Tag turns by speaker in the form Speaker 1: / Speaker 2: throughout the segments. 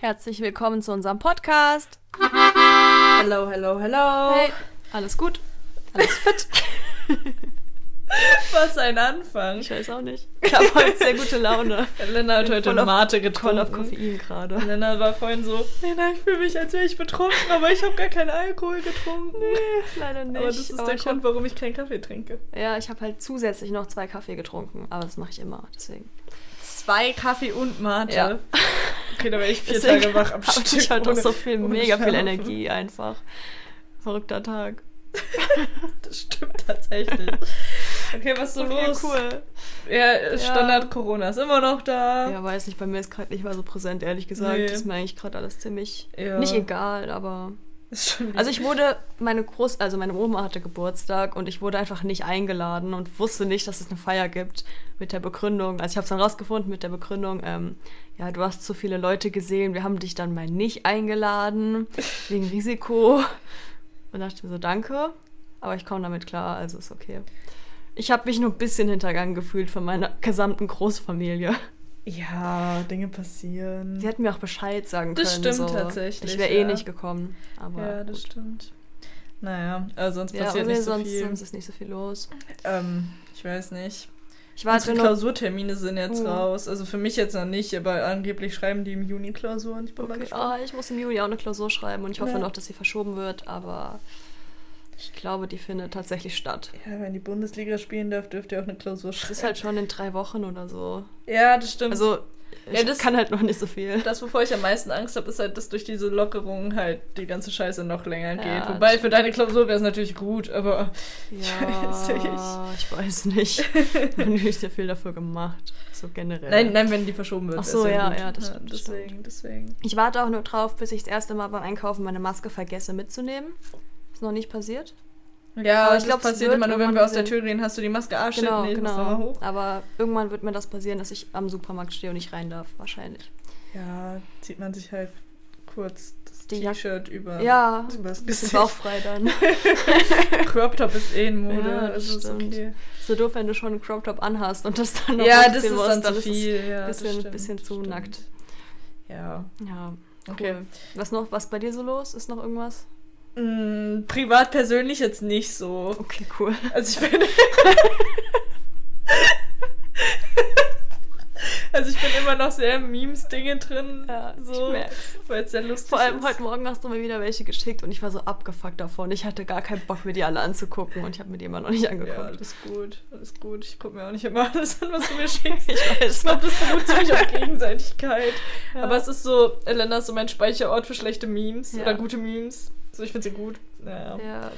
Speaker 1: Herzlich willkommen zu unserem Podcast.
Speaker 2: Hello, hello, hello.
Speaker 1: Hey, alles gut? Alles fit?
Speaker 2: Was ein Anfang.
Speaker 1: Ich weiß auch nicht. Ich habe heute sehr gute Laune. Mhm.
Speaker 2: Lena hat
Speaker 1: Bin
Speaker 2: heute
Speaker 1: voll auf-
Speaker 2: Mate
Speaker 1: Voll auf
Speaker 2: getrunken.
Speaker 1: Koffein gerade.
Speaker 2: Lena war vorhin so, Lena, ich fühle mich, als wäre ich betrunken, aber ich habe gar keinen Alkohol getrunken.
Speaker 1: Leider nicht.
Speaker 2: aber das ist der
Speaker 1: ich
Speaker 2: Grund, warum ich keinen Kaffee trinke.
Speaker 1: Hab, ja, ich habe halt zusätzlich noch zwei Kaffee getrunken, aber das mache ich immer, deswegen.
Speaker 2: Zwei Kaffee und Mate.
Speaker 1: Ja.
Speaker 2: Okay, da wäre ich vier
Speaker 1: deswegen
Speaker 2: Tage wach am
Speaker 1: hab
Speaker 2: Stück.
Speaker 1: Ich halt auch
Speaker 2: ohne-
Speaker 1: so viel,
Speaker 2: ohne
Speaker 1: mega viel
Speaker 2: Schlafen.
Speaker 1: Energie einfach. Verrückter Tag.
Speaker 2: Das stimmt tatsächlich. Okay, was ist so
Speaker 1: Okay,
Speaker 2: los?
Speaker 1: cool.
Speaker 2: Ja, Standard-Corona ist immer noch da.
Speaker 1: Ja, weiß nicht, bei mir ist gerade nicht mal so präsent, ehrlich gesagt.
Speaker 2: Nee.
Speaker 1: Ist mir eigentlich gerade alles ziemlich
Speaker 2: Ja.
Speaker 1: nicht egal, aber.
Speaker 2: Ist schon wieder-
Speaker 1: Also ich wurde, meine Groß, also meine Oma hatte Geburtstag und ich wurde einfach nicht eingeladen und wusste nicht, dass es eine Feier gibt mit der Begründung. Also ich habe es dann rausgefunden mit der Begründung, ähm, ja, du hast zu viele Leute gesehen, wir haben dich dann mal nicht eingeladen, wegen Risiko. Und dachte mir so, danke, aber ich komme damit klar, also ist okay. Ich habe mich nur ein bisschen hintergangen gefühlt von meiner gesamten Großfamilie.
Speaker 2: Ja, Dinge passieren.
Speaker 1: Sie hätten mir auch Bescheid sagen
Speaker 2: Das
Speaker 1: können.
Speaker 2: stimmt
Speaker 1: so.
Speaker 2: tatsächlich,
Speaker 1: Ich wäre eh
Speaker 2: ja.
Speaker 1: nicht gekommen. Aber
Speaker 2: Ja, das
Speaker 1: gut.
Speaker 2: stimmt. Naja, also sonst
Speaker 1: Ja,
Speaker 2: passiert
Speaker 1: okay,
Speaker 2: nicht so
Speaker 1: sonst,
Speaker 2: viel.
Speaker 1: sonst ist nicht so viel los.
Speaker 2: Ähm, ich weiß nicht.
Speaker 1: Ich
Speaker 2: Unsere
Speaker 1: warte nur.
Speaker 2: Klausurtermine sind jetzt
Speaker 1: Oh.
Speaker 2: raus. Also für mich jetzt noch nicht, aber angeblich schreiben die im Juni Klausuren. Ich bin mal
Speaker 1: Okay.
Speaker 2: gespannt.
Speaker 1: Ah, ich muss im Juli auch eine Klausur schreiben und ich hoffe
Speaker 2: Ja.
Speaker 1: noch, dass sie verschoben wird, aber ich glaube, die findet tatsächlich statt.
Speaker 2: Ja, wenn die Bundesliga spielen darf, dürft ihr auch eine Klausur
Speaker 1: oh. Das
Speaker 2: schreiben.
Speaker 1: ist halt schon in drei Wochen oder so.
Speaker 2: ja, das stimmt.
Speaker 1: Also, ich
Speaker 2: Ja, das-
Speaker 1: kann halt noch nicht so viel.
Speaker 2: das, wovor ich am meisten Angst habe, ist halt, dass durch diese Lockerungen halt die ganze Scheiße noch länger
Speaker 1: Ja, das
Speaker 2: geht. Wobei, für deine Klausur wäre es natürlich gut, aber weiß nicht.
Speaker 1: Ja, ich weiß nicht. Ich habe nicht sehr viel dafür gemacht. So generell.
Speaker 2: nein, nein, wenn die verschoben wird.
Speaker 1: Ach
Speaker 2: ist
Speaker 1: so, ja,
Speaker 2: gut.
Speaker 1: ja, das stimmt, das
Speaker 2: Deswegen, deswegen.
Speaker 1: Ich warte auch nur drauf, bis ich das erste Mal beim Einkaufen meine Maske vergesse mitzunehmen. Ist noch nicht passiert.
Speaker 2: Ja,
Speaker 1: Aber ich
Speaker 2: ich
Speaker 1: glaub,
Speaker 2: glaube,
Speaker 1: es
Speaker 2: passiert
Speaker 1: wird
Speaker 2: immer nur, wenn wir
Speaker 1: irgendwann
Speaker 2: aus der
Speaker 1: Sinn.
Speaker 2: Tür gehen, hast du die Maske, ah, shit,
Speaker 1: genau,
Speaker 2: nee, ich muss nochmal
Speaker 1: genau.
Speaker 2: hoch.
Speaker 1: Aber irgendwann wird mir das passieren, dass ich am Supermarkt stehe und nicht rein darf, wahrscheinlich.
Speaker 2: Ja, zieht man sich halt kurz das
Speaker 1: Die Jack-
Speaker 2: T-Shirt über.
Speaker 1: ja,
Speaker 2: über das
Speaker 1: bisschen
Speaker 2: Gesicht.
Speaker 1: bauchfrei dann.
Speaker 2: Crop Top ist eh in Mode.
Speaker 1: Ja, das
Speaker 2: also ist
Speaker 1: stimmt.
Speaker 2: okay.
Speaker 1: so doof, wenn du schon einen Crop Top anhast und das dann noch
Speaker 2: Ja,
Speaker 1: hochziehen
Speaker 2: das ist
Speaker 1: musst,
Speaker 2: dann zu
Speaker 1: ist es-
Speaker 2: viel. Ja, das
Speaker 1: bisschen-
Speaker 2: stimmt,
Speaker 1: bisschen zu
Speaker 2: stimmt.
Speaker 1: nackt.
Speaker 2: Ja.
Speaker 1: Ja, cool.
Speaker 2: Okay.
Speaker 1: Was noch, was bei dir so los? Ist noch irgendwas?
Speaker 2: Mm, privat persönlich jetzt nicht so.
Speaker 1: Okay, cool.
Speaker 2: Also ich bin. also ich bin immer noch sehr in Memes-Dinge drin.
Speaker 1: Ja,
Speaker 2: so,
Speaker 1: ich merk's.
Speaker 2: weil es sehr lustig
Speaker 1: Vor allem
Speaker 2: ist.
Speaker 1: heute Morgen hast du mir wieder welche geschickt und ich war so abgefuckt davon. Ich hatte gar keinen Bock, mir die alle anzugucken und ich habe mir die immer noch nicht
Speaker 2: Ja,
Speaker 1: angeguckt.
Speaker 2: alles gut, alles gut. Ich gucke mir auch nicht immer alles an, was du mir schickst.
Speaker 1: Ich weiß.
Speaker 2: Ich glaube, das beruht ziemlich auf Gegenseitigkeit.
Speaker 1: Ja.
Speaker 2: Aber es ist so, Elena ist so mein Speicherort für schlechte Memes
Speaker 1: Ja.
Speaker 2: oder gute Memes. So, ich finde sie gut. Ja.
Speaker 1: ja,
Speaker 2: Ja.
Speaker 1: ja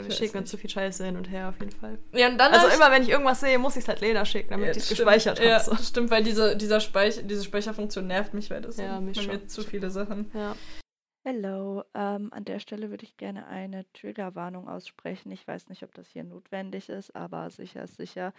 Speaker 1: wir
Speaker 2: weiß
Speaker 1: schicken uns
Speaker 2: nicht.
Speaker 1: zu viel Scheiße hin und her auf jeden Fall.
Speaker 2: und dann
Speaker 1: Also
Speaker 2: hab ich-
Speaker 1: immer, wenn ich irgendwas sehe, muss ich es halt Lena schicken, damit
Speaker 2: Ja,
Speaker 1: die es
Speaker 2: stimmt.
Speaker 1: gespeichert
Speaker 2: Ja,
Speaker 1: hat. So.
Speaker 2: stimmt, weil diese, dieser Speich, diese Speicherfunktion nervt mich, weil das
Speaker 1: Ja,
Speaker 2: sind
Speaker 1: mich
Speaker 2: bei mir
Speaker 1: schon.
Speaker 2: zu viele Sachen.
Speaker 1: Ja.
Speaker 3: Hello, ähm, an der Stelle würde ich gerne eine Triggerwarnung aussprechen. Ich weiß nicht, ob das hier notwendig ist, aber sicher ist sicher.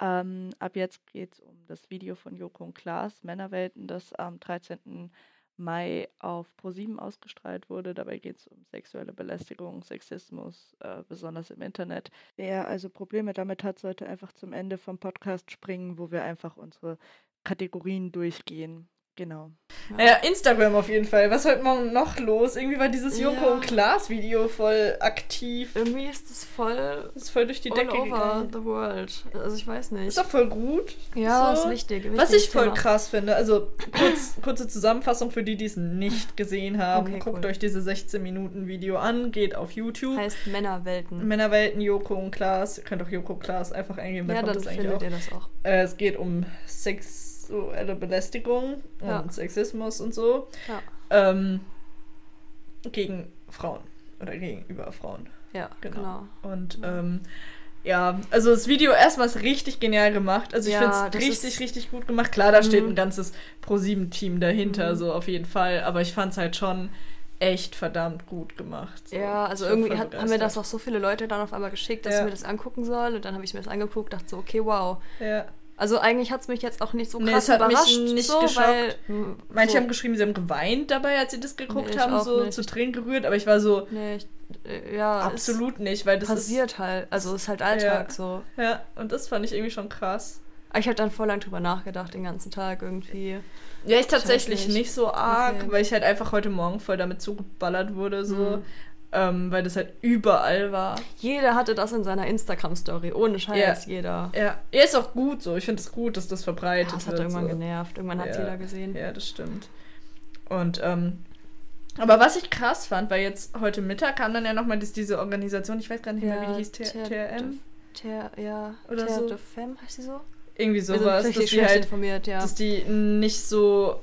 Speaker 3: Ähm, ab jetzt geht es um das Video von Joko und Klaas, Männerwelten, das am 13. Mai auf ProSieben ausgestrahlt wurde. Dabei geht es um sexuelle Belästigung, Sexismus, äh, besonders im Internet. Wer also Probleme damit hat, sollte einfach zum Ende vom Podcast springen, wo wir einfach unsere Kategorien durchgehen. Genau.
Speaker 2: Ja. Instagram auf jeden Fall. Was heute Morgen noch los? Irgendwie war dieses
Speaker 1: Ja.
Speaker 2: Joko und Klaas Video voll aktiv.
Speaker 1: Irgendwie ist es voll
Speaker 2: Das ist voll durch die
Speaker 1: all
Speaker 2: Decke
Speaker 1: over
Speaker 2: gegangen.
Speaker 1: the world. Also ich weiß nicht.
Speaker 2: Ist doch voll gut.
Speaker 1: Ja,
Speaker 2: So.
Speaker 1: ist wichtig.
Speaker 2: Was ich
Speaker 1: wichtiges
Speaker 2: voll
Speaker 1: Thema.
Speaker 2: krass finde, also kurz, kurze Zusammenfassung für die, die es nicht gesehen haben.
Speaker 1: Okay,
Speaker 2: Guckt
Speaker 1: cool.
Speaker 2: euch diese 16-Minuten-Video an, geht auf YouTube.
Speaker 1: Heißt Männerwelten.
Speaker 2: Männerwelten, Joko und Klaas. Ihr könnt auch Joko und Klaas einfach eingeben, da
Speaker 1: ja,
Speaker 2: kommt
Speaker 1: dann
Speaker 2: das eigentlich auch.
Speaker 1: findet ihr das auch.
Speaker 2: Äh, es geht um sexuelle Belästigung und
Speaker 1: Ja.
Speaker 2: Sexismus und so.
Speaker 1: Ja.
Speaker 2: Ähm, gegen Frauen oder gegenüber Frauen.
Speaker 1: Ja,
Speaker 2: Genau.
Speaker 1: genau.
Speaker 2: Und ähm, ja, also das Video erstmal ist richtig genial gemacht. Also ich
Speaker 1: Ja,
Speaker 2: finde
Speaker 1: das
Speaker 2: es richtig,
Speaker 1: ist-
Speaker 2: richtig gut gemacht. Klar, da steht
Speaker 1: Mhm.
Speaker 2: ein ganzes Pro-7-Team dahinter, so auf jeden Fall. Aber ich fand es halt schon echt verdammt gut gemacht. So.
Speaker 1: Ja, also
Speaker 2: Ich war
Speaker 1: irgendwie
Speaker 2: voll
Speaker 1: hat, haben mir das
Speaker 2: begeistert.
Speaker 1: auch so viele Leute dann auf einmal geschickt, dass
Speaker 2: Ja.
Speaker 1: ich mir das angucken soll. Und dann habe ich mir das angeguckt, dachte so, okay, wow.
Speaker 2: Ja.
Speaker 1: Also eigentlich hat es mich jetzt auch nicht so
Speaker 2: Nee,
Speaker 1: krass
Speaker 2: es hat mich
Speaker 1: überrascht.
Speaker 2: nicht
Speaker 1: so,
Speaker 2: geschockt.
Speaker 1: weil, m,
Speaker 2: Manche
Speaker 1: so,
Speaker 2: haben geschrieben, sie haben geweint dabei, als sie das geguckt
Speaker 1: Nee, ich
Speaker 2: haben,
Speaker 1: auch
Speaker 2: so
Speaker 1: nicht.
Speaker 2: zu Tränen gerührt. Aber ich war so,
Speaker 1: nee, ich, äh, ja, es
Speaker 2: absolut nicht, weil das
Speaker 1: passiert halt. Also es ist halt Alltag so.
Speaker 2: Ist, ja, und das fand ich irgendwie schon krass.
Speaker 1: Aber ich habe dann voll lang drüber nachgedacht, den ganzen Tag irgendwie.
Speaker 2: Ja, ich tatsächlich
Speaker 1: Scheiß
Speaker 2: nicht.
Speaker 1: nicht.
Speaker 2: so arg,
Speaker 1: Okay.
Speaker 2: weil ich halt einfach heute Morgen voll damit zugeballert wurde, so.
Speaker 1: Mhm.
Speaker 2: Ähm, weil das halt überall war.
Speaker 1: Jeder hatte das in seiner Instagram-Story. Ohne Scheiß, jeder.
Speaker 2: Ja, ja ist auch gut so. Ich finde es gut, dass das verbreitet
Speaker 1: Ja, das hat
Speaker 2: wird.
Speaker 1: irgendwann
Speaker 2: so.
Speaker 1: genervt. Irgendwann hat es
Speaker 2: Ja.
Speaker 1: jeder gesehen.
Speaker 2: Ja, das stimmt. Und, ähm, aber was ich krass fand, weil jetzt heute Mittag kam dann ja nochmal diese Organisation, ich weiß gar nicht mehr, wie die hieß, T- TRM?
Speaker 1: Ter, ja,
Speaker 2: Oder
Speaker 1: Oder Ter
Speaker 2: so.
Speaker 1: de Femme heißt sie so?
Speaker 2: Irgendwie
Speaker 1: Wir
Speaker 2: sowas,
Speaker 1: sind
Speaker 2: dass
Speaker 1: richtig
Speaker 2: die
Speaker 1: schlecht
Speaker 2: halt,
Speaker 1: informiert, ja.
Speaker 2: dass die nicht so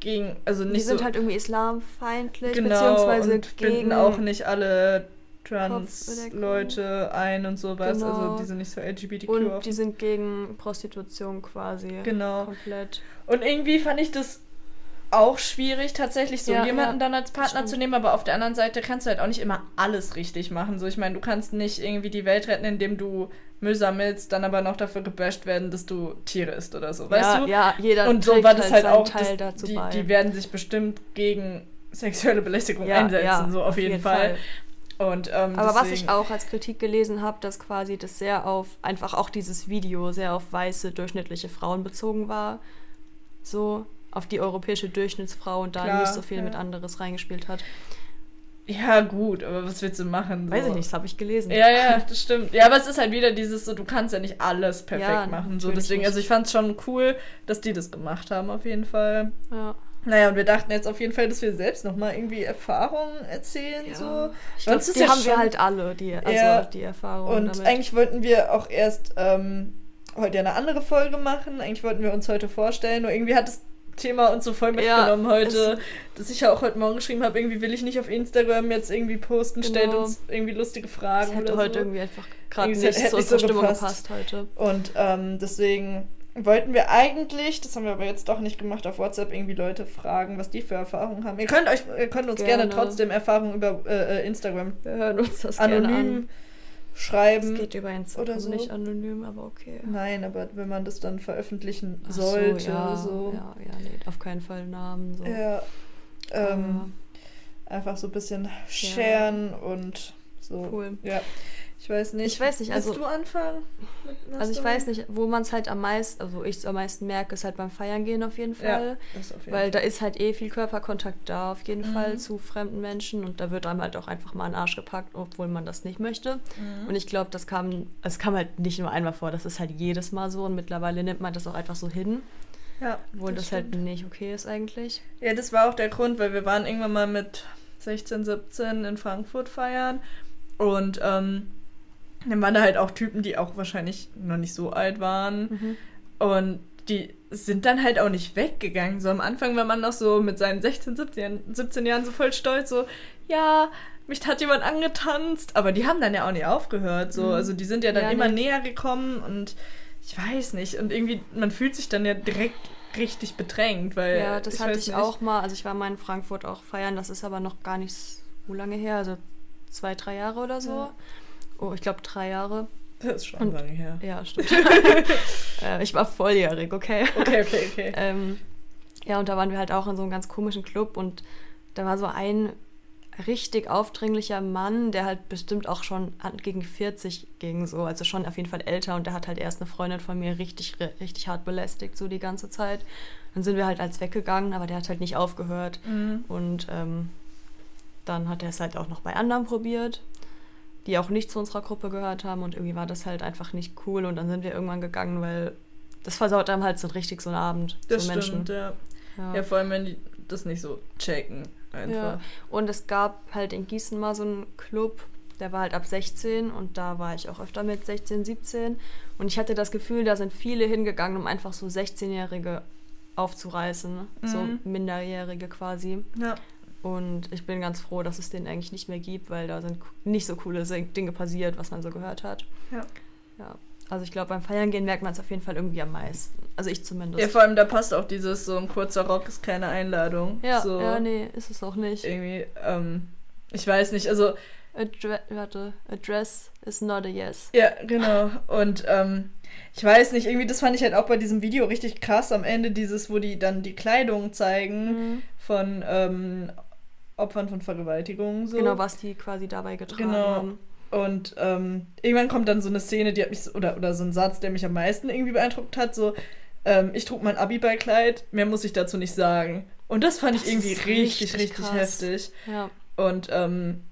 Speaker 2: gegen, also
Speaker 1: Die
Speaker 2: nicht so,
Speaker 1: sind halt irgendwie islamfeindlich,
Speaker 2: genau,
Speaker 1: beziehungsweise
Speaker 2: und binden
Speaker 1: gegen...
Speaker 2: auch nicht alle
Speaker 1: Kopfbedeckung.
Speaker 2: Trans-Leute ein und sowas, also
Speaker 1: Genau.
Speaker 2: die sind nicht so LGBTQ
Speaker 1: und
Speaker 2: auf-
Speaker 1: die sind gegen Prostitution quasi.
Speaker 2: Genau.
Speaker 1: Komplett.
Speaker 2: Und irgendwie fand ich das auch schwierig, tatsächlich so
Speaker 1: Ja,
Speaker 2: jemanden
Speaker 1: ja,
Speaker 2: dann als Partner
Speaker 1: stimmt.
Speaker 2: zu nehmen. Aber auf der anderen Seite kannst du halt auch nicht immer alles richtig machen. So, ich meine, du kannst nicht irgendwie die Welt retten, indem du Müll sammelst, dann aber noch dafür gebasht werden, dass du Tiere isst oder so. Weißt
Speaker 1: ja,
Speaker 2: du?
Speaker 1: ja, jeder
Speaker 2: Und so
Speaker 1: trägt
Speaker 2: war das halt
Speaker 1: seinen
Speaker 2: auch.
Speaker 1: Teil
Speaker 2: dass
Speaker 1: dazu
Speaker 2: die,
Speaker 1: bei.
Speaker 2: die werden sich bestimmt gegen sexuelle Belästigung
Speaker 1: Ja,
Speaker 2: einsetzen,
Speaker 1: ja,
Speaker 2: so auf, jeden, Fall. Und, ähm,
Speaker 1: Aber was ich
Speaker 2: deswegen-
Speaker 1: auch als Kritik gelesen habe, dass quasi das sehr auf, einfach auch dieses Video sehr auf weiße, durchschnittliche Frauen bezogen war. So, auf die europäische Durchschnittsfrau und da
Speaker 2: Klar,
Speaker 1: nicht so viel
Speaker 2: ja.
Speaker 1: mit anderes reingespielt hat.
Speaker 2: Ja, gut, aber was willst du machen? So.
Speaker 1: Weiß ich nicht, das habe ich gelesen.
Speaker 2: Ja, ja, das stimmt. Ja, aber es ist halt wieder dieses so, du kannst ja nicht alles perfekt
Speaker 1: Ja,
Speaker 2: machen. So,
Speaker 1: natürlich
Speaker 2: deswegen,
Speaker 1: nicht.
Speaker 2: also ich fand es schon cool, dass die das gemacht haben, auf jeden Fall.
Speaker 1: Ja.
Speaker 2: Naja, und wir dachten jetzt auf jeden Fall, dass wir selbst nochmal irgendwie Erfahrungen erzählen.
Speaker 1: Ja.
Speaker 2: So.
Speaker 1: Ich glaub,
Speaker 2: Sonst ist
Speaker 1: die
Speaker 2: ja
Speaker 1: haben wir
Speaker 2: schon-
Speaker 1: halt alle, die, also
Speaker 2: Ja.
Speaker 1: die Erfahrung
Speaker 2: Und
Speaker 1: damit.
Speaker 2: eigentlich wollten wir auch erst ähm, heute ja eine andere Folge machen. Eigentlich wollten wir uns heute vorstellen, nur irgendwie hat das Thema uns so voll
Speaker 1: Ja,
Speaker 2: mitgenommen heute, dass ich ja auch heute Morgen geschrieben habe, irgendwie will ich nicht auf Instagram jetzt irgendwie posten, stellt
Speaker 1: Genau.
Speaker 2: uns irgendwie lustige
Speaker 1: das
Speaker 2: Fragen
Speaker 1: hätte
Speaker 2: oder
Speaker 1: heute
Speaker 2: so.
Speaker 1: irgendwie einfach gerade
Speaker 2: Irgendwie, es hätte
Speaker 1: nicht zu
Speaker 2: nicht so
Speaker 1: unserer Stimmung
Speaker 2: gepasst.
Speaker 1: gepasst. heute.
Speaker 2: Und ähm, deswegen wollten wir eigentlich, das haben wir aber jetzt doch nicht gemacht, auf WhatsApp irgendwie Leute fragen, was die für Erfahrungen haben. Ihr könnt euch, ihr könnt uns gerne,
Speaker 1: Gerne.
Speaker 2: trotzdem Erfahrungen über äh, äh, Instagram
Speaker 1: Wir hören uns das gerne
Speaker 2: anonym
Speaker 1: an. Es
Speaker 2: schreiben.
Speaker 1: geht über Instagram
Speaker 2: oder so.
Speaker 1: nicht anonym, aber okay.
Speaker 2: Nein, aber wenn man das dann veröffentlichen
Speaker 1: Ach
Speaker 2: sollte,
Speaker 1: so, ja,
Speaker 2: so.
Speaker 1: Ja, ja, nee, auf keinen Fall Namen. So.
Speaker 2: Ja, ähm, einfach so ein bisschen scheren und so.
Speaker 1: Cool.
Speaker 2: Ja. Ich weiß nicht.
Speaker 1: Ich weiß nicht, also-
Speaker 2: Willst du anfangen? mit
Speaker 1: Aber, also ich
Speaker 2: Mastodon?
Speaker 1: weiß nicht, wo man es halt am meisten, also ich es am meisten merke, ist halt beim Feiern gehen auf jeden
Speaker 2: Ja,
Speaker 1: Fall.
Speaker 2: das auf jeden
Speaker 1: Weil
Speaker 2: Fall.
Speaker 1: da ist halt eh viel Körperkontakt da, auf jeden
Speaker 2: Mhm.
Speaker 1: Fall, zu fremden Menschen. Und da wird einem halt auch einfach mal ein Arsch gepackt, obwohl man das nicht möchte.
Speaker 2: Mhm.
Speaker 1: Und ich glaube, das kam, es kam halt nicht nur einmal vor, das ist halt jedes Mal so. Und mittlerweile nimmt man das auch einfach so hin,
Speaker 2: ja,
Speaker 1: obwohl das,
Speaker 2: stimmt.
Speaker 1: halt nicht okay ist eigentlich.
Speaker 2: Ja, das war auch der Grund, weil wir waren irgendwann mal mit 16, 17 in Frankfurt feiern und ähm, dann waren da halt auch Typen, die auch wahrscheinlich noch nicht so alt waren und die sind dann halt auch nicht weggegangen. So am Anfang war man noch so mit seinen 16, 17, Jahren- 17 Jahren so voll stolz, so ja, mich hat jemand angetanzt, aber die haben dann ja auch nicht aufgehört. So.
Speaker 1: Mhm.
Speaker 2: Also die sind ja dann
Speaker 1: Ja,
Speaker 2: immer
Speaker 1: nee.
Speaker 2: näher gekommen und ich weiß nicht. Und irgendwie, man fühlt sich dann ja direkt richtig bedrängt, weil
Speaker 1: Ja, das hatte
Speaker 2: Äh, weiß
Speaker 1: ich
Speaker 2: nicht.
Speaker 1: auch mal. Also ich war mal in Frankfurt auch feiern, das ist aber noch gar nicht so lange her, also zwei, drei Jahre oder so.
Speaker 2: Ja.
Speaker 1: Oh, ich glaube drei Jahre.
Speaker 2: Das ist schon
Speaker 1: Und-
Speaker 2: lange her.
Speaker 1: Ja, stimmt. äh, ich war volljährig, okay.
Speaker 2: Okay, okay, okay.
Speaker 1: ähm, ja, und da waren wir halt auch in so einem ganz komischen Club und da war so ein richtig aufdringlicher Mann, der halt bestimmt auch schon an, gegen 40 ging, so, also schon auf jeden Fall älter und der hat halt erst eine Freundin von mir richtig, ri- richtig hart belästigt, so die ganze Zeit. Dann sind wir halt als weggegangen, aber der hat halt nicht aufgehört.
Speaker 2: Mhm.
Speaker 1: Und ähm, dann hat er es halt auch noch bei anderen probiert, die auch nicht zu unserer Gruppe gehört haben. Und irgendwie war das halt einfach nicht cool. Und dann sind wir irgendwann gegangen, weil das versaut einem halt so richtig so einen Abend.
Speaker 2: Das
Speaker 1: so Menschen.
Speaker 2: stimmt, ja.
Speaker 1: Ja.
Speaker 2: ja. vor allem, wenn die das nicht so checken. Einfach.
Speaker 1: Ja. Und es gab halt in Gießen mal so einen Club, der war halt ab 16 und da war ich auch öfter mit 16, 17. Und ich hatte das Gefühl, da sind viele hingegangen, um einfach so 16-Jährige aufzureißen, ne? so
Speaker 2: Mhm.
Speaker 1: Minderjährige quasi.
Speaker 2: Ja.
Speaker 1: Und ich bin ganz froh, dass es den eigentlich nicht mehr gibt, weil da sind nicht so coole Se- Dinge passiert, was man so gehört hat.
Speaker 2: Ja.
Speaker 1: Ja. Also ich glaube, beim Feiern gehen merkt man es auf jeden Fall irgendwie am meisten. Also ich zumindest.
Speaker 2: ja, vor allem, da passt auch dieses, so ein kurzer Rock ist keine Einladung.
Speaker 1: ja,
Speaker 2: so
Speaker 1: ja, nee, ist es auch nicht.
Speaker 2: Irgendwie, ähm, ich weiß nicht, also,
Speaker 1: Addre warte, address is not a yes.
Speaker 2: ja, genau. Und, ähm, ich weiß nicht, irgendwie, das fand ich halt auch bei diesem Video richtig krass am Ende, dieses, wo die dann die Kleidung zeigen
Speaker 1: Mhm.
Speaker 2: von, ähm, Opfern von Vergewaltigungen, so.
Speaker 1: Genau, was die quasi dabei getragen
Speaker 2: Genau.
Speaker 1: haben.
Speaker 2: Und ähm, irgendwann kommt dann so eine Szene, die hat mich, so- oder, oder so ein Satz, der mich am meisten irgendwie beeindruckt hat, so, ähm, ich trug mein Abiballkleid, mehr muss ich dazu nicht sagen. Und das fand
Speaker 1: Das
Speaker 2: ich irgendwie
Speaker 1: ist
Speaker 2: richtig,
Speaker 1: richtig
Speaker 2: richtig
Speaker 1: krass.
Speaker 2: heftig.
Speaker 1: Ja,
Speaker 2: Und ähm,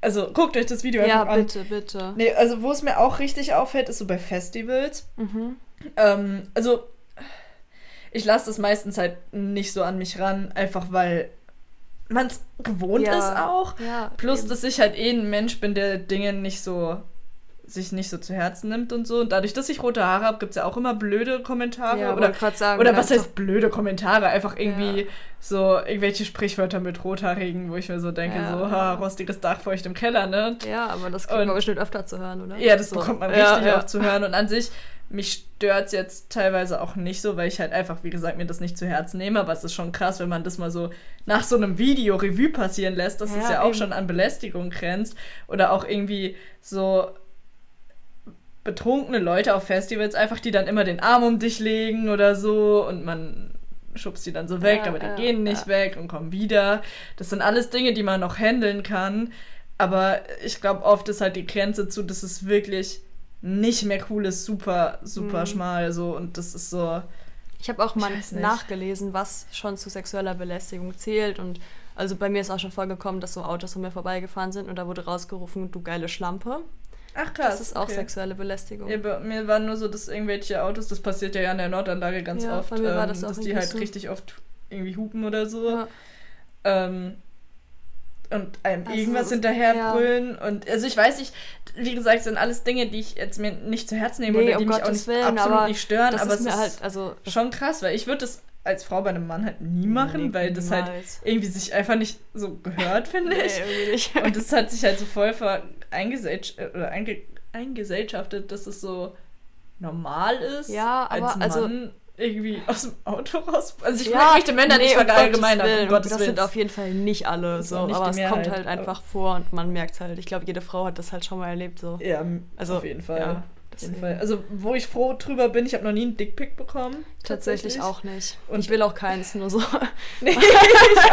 Speaker 2: also guckt euch das Video
Speaker 1: ja
Speaker 2: einfach an.
Speaker 1: bitte, bitte.
Speaker 2: Nee, also wo es mir auch richtig auffällt, ist so bei Festivals.
Speaker 1: Mhm.
Speaker 2: Ähm, also ich lasse das meistens halt nicht so an mich ran, einfach weil man es gewohnt
Speaker 1: Ja.
Speaker 2: ist auch.
Speaker 1: Ja,
Speaker 2: Plus,
Speaker 1: eben.
Speaker 2: dass ich halt eh ein Mensch bin, der Dinge nicht so sich nicht so zu Herzen nimmt und so. Und dadurch, dass ich rote Haare habe, gibt es ja auch immer blöde Kommentare.
Speaker 1: ja,
Speaker 2: oder
Speaker 1: wollte grad sagen,
Speaker 2: oder
Speaker 1: da
Speaker 2: was
Speaker 1: ist
Speaker 2: heißt blöde Kommentare? Einfach irgendwie
Speaker 1: Ja.
Speaker 2: so irgendwelche Sprichwörter mit Rothaarigen, wo ich mir so denke,
Speaker 1: Ja.
Speaker 2: so, ha, rostiges Dach feucht im Keller, ne?
Speaker 1: doch- Ja, aber das kriegen
Speaker 2: Und-
Speaker 1: wir bestimmt öfter zu hören, oder?
Speaker 2: Ja, das
Speaker 1: So.
Speaker 2: ne? bekommt man
Speaker 1: Ja,
Speaker 2: richtig
Speaker 1: ja.
Speaker 2: oft zu hören. Und an sich, mich stört es jetzt teilweise auch nicht so, weil ich halt einfach, wie gesagt, mir das nicht zu Herzen nehme. Aber es ist schon krass, wenn man das mal so nach so einem Video Revue passieren lässt, dass es
Speaker 1: Ja,
Speaker 2: ja auch
Speaker 1: eben.
Speaker 2: schon an Belästigung grenzt. Oder auch irgendwie so betrunkene Leute auf Festivals einfach, die dann immer den Arm um dich legen oder so und man schubst die dann so weg,
Speaker 1: Ja,
Speaker 2: aber die
Speaker 1: ja,
Speaker 2: gehen nicht
Speaker 1: ja.
Speaker 2: weg und kommen wieder. Das sind alles Dinge, die man noch handeln kann. Aber ich glaube, oft ist halt die Grenze zu, dass es wirklich nicht mehr cool ist, super, super
Speaker 1: Mhm.
Speaker 2: schmal so und das ist so.
Speaker 1: Ich habe auch mal
Speaker 2: Ich weiß nicht.
Speaker 1: nachgelesen, was schon zu sexueller Belästigung zählt. Und also bei mir ist auch schon vorgekommen, dass so Autos an mir vorbeigefahren sind und da wurde rausgerufen, du geile Schlampe.
Speaker 2: Ach krass.
Speaker 1: Das ist auch sexuelle Belästigung.
Speaker 2: Ja, bei mir war nur so, dass irgendwelche Autos, das passiert ja an der Nordanlage ganz
Speaker 1: Ja,
Speaker 2: oft,
Speaker 1: bei mir war
Speaker 2: ähm,
Speaker 1: das auch
Speaker 2: dass
Speaker 1: in
Speaker 2: die halt
Speaker 1: Gießen.
Speaker 2: richtig oft irgendwie hupen oder so.
Speaker 1: Ja.
Speaker 2: ähm, und einem
Speaker 1: Also,
Speaker 2: irgendwas
Speaker 1: es-
Speaker 2: hinterherbrüllen. Und also ich weiß nicht, wie gesagt, es sind alles Dinge, die ich jetzt mir nicht zu Herzen nehme
Speaker 1: Nee,
Speaker 2: oder die
Speaker 1: um
Speaker 2: mich auch
Speaker 1: Gottes
Speaker 2: nicht,
Speaker 1: Willen,
Speaker 2: absolut
Speaker 1: aber
Speaker 2: nicht stören,
Speaker 1: das
Speaker 2: aber
Speaker 1: ist
Speaker 2: es
Speaker 1: mir
Speaker 2: ist
Speaker 1: halt, also
Speaker 2: schon krass, weil ich würde das als Frau bei einem Mann halt nie machen,
Speaker 1: Nee,
Speaker 2: weil das halt
Speaker 1: niemals.
Speaker 2: irgendwie sich einfach nicht so gehört, finde
Speaker 1: Nee,
Speaker 2: ich.
Speaker 1: irgendwie nicht.
Speaker 2: Und das hat sich halt so voll ver eingesellsch- äh, oder einge eingesellschaftet, dass es so normal ist,
Speaker 1: Ja, aber
Speaker 2: als Mann
Speaker 1: also-
Speaker 2: irgendwie aus dem Auto raus. Also ich möchte Männer nicht
Speaker 1: um Gottes
Speaker 2: verallgemeinern,
Speaker 1: Willen.
Speaker 2: um Gottes
Speaker 1: das
Speaker 2: Willen.
Speaker 1: sind auf jeden Fall nicht alle
Speaker 2: Ist
Speaker 1: so,
Speaker 2: auch nicht
Speaker 1: aber es
Speaker 2: die
Speaker 1: kommt halt
Speaker 2: Mehrheit,
Speaker 1: einfach vor und man merkt es halt. Ich glaube, jede Frau hat das halt schon mal erlebt so.
Speaker 2: Ja, m-
Speaker 1: Also,
Speaker 2: auf jeden Fall.
Speaker 1: ja,
Speaker 2: auf jeden
Speaker 1: deswegen.
Speaker 2: Fall. Also, wo ich froh drüber bin, ich habe noch nie einen Dickpick bekommen.
Speaker 1: Tatsächlich auch nicht.
Speaker 2: Und-
Speaker 1: ich will auch keins, nur so.
Speaker 2: Nee, ich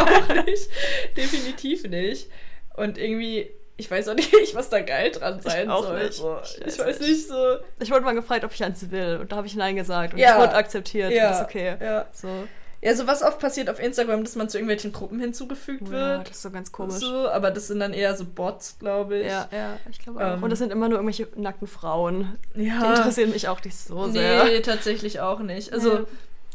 Speaker 2: auch nicht. Definitiv nicht. Und irgendwie, ich weiß auch nicht, was da geil dran sein
Speaker 1: auch
Speaker 2: soll.
Speaker 1: nicht.
Speaker 2: So.
Speaker 1: Ich
Speaker 2: Ich,
Speaker 1: weiß
Speaker 2: weiß
Speaker 1: nicht.
Speaker 2: nicht so.
Speaker 1: Ich wurde mal gefragt, ob ich eins will und da habe ich nein gesagt und
Speaker 2: Ja.
Speaker 1: ich wurde akzeptiert.
Speaker 2: Ja,
Speaker 1: Ja. Ist okay.
Speaker 2: ja.
Speaker 1: So.
Speaker 2: Ja, so was oft passiert auf Instagram, dass man zu irgendwelchen Gruppen hinzugefügt
Speaker 1: Oh Ja,
Speaker 2: wird.
Speaker 1: das ist so ganz komisch.
Speaker 2: So, aber das sind dann eher so Bots, glaube ich.
Speaker 1: Ja, ja, ich glaube auch.
Speaker 2: Ähm.
Speaker 1: Und das sind immer nur irgendwelche nackten Frauen. Die
Speaker 2: ja.
Speaker 1: interessieren mich auch nicht so sehr.
Speaker 2: nee, tatsächlich auch nicht. Also,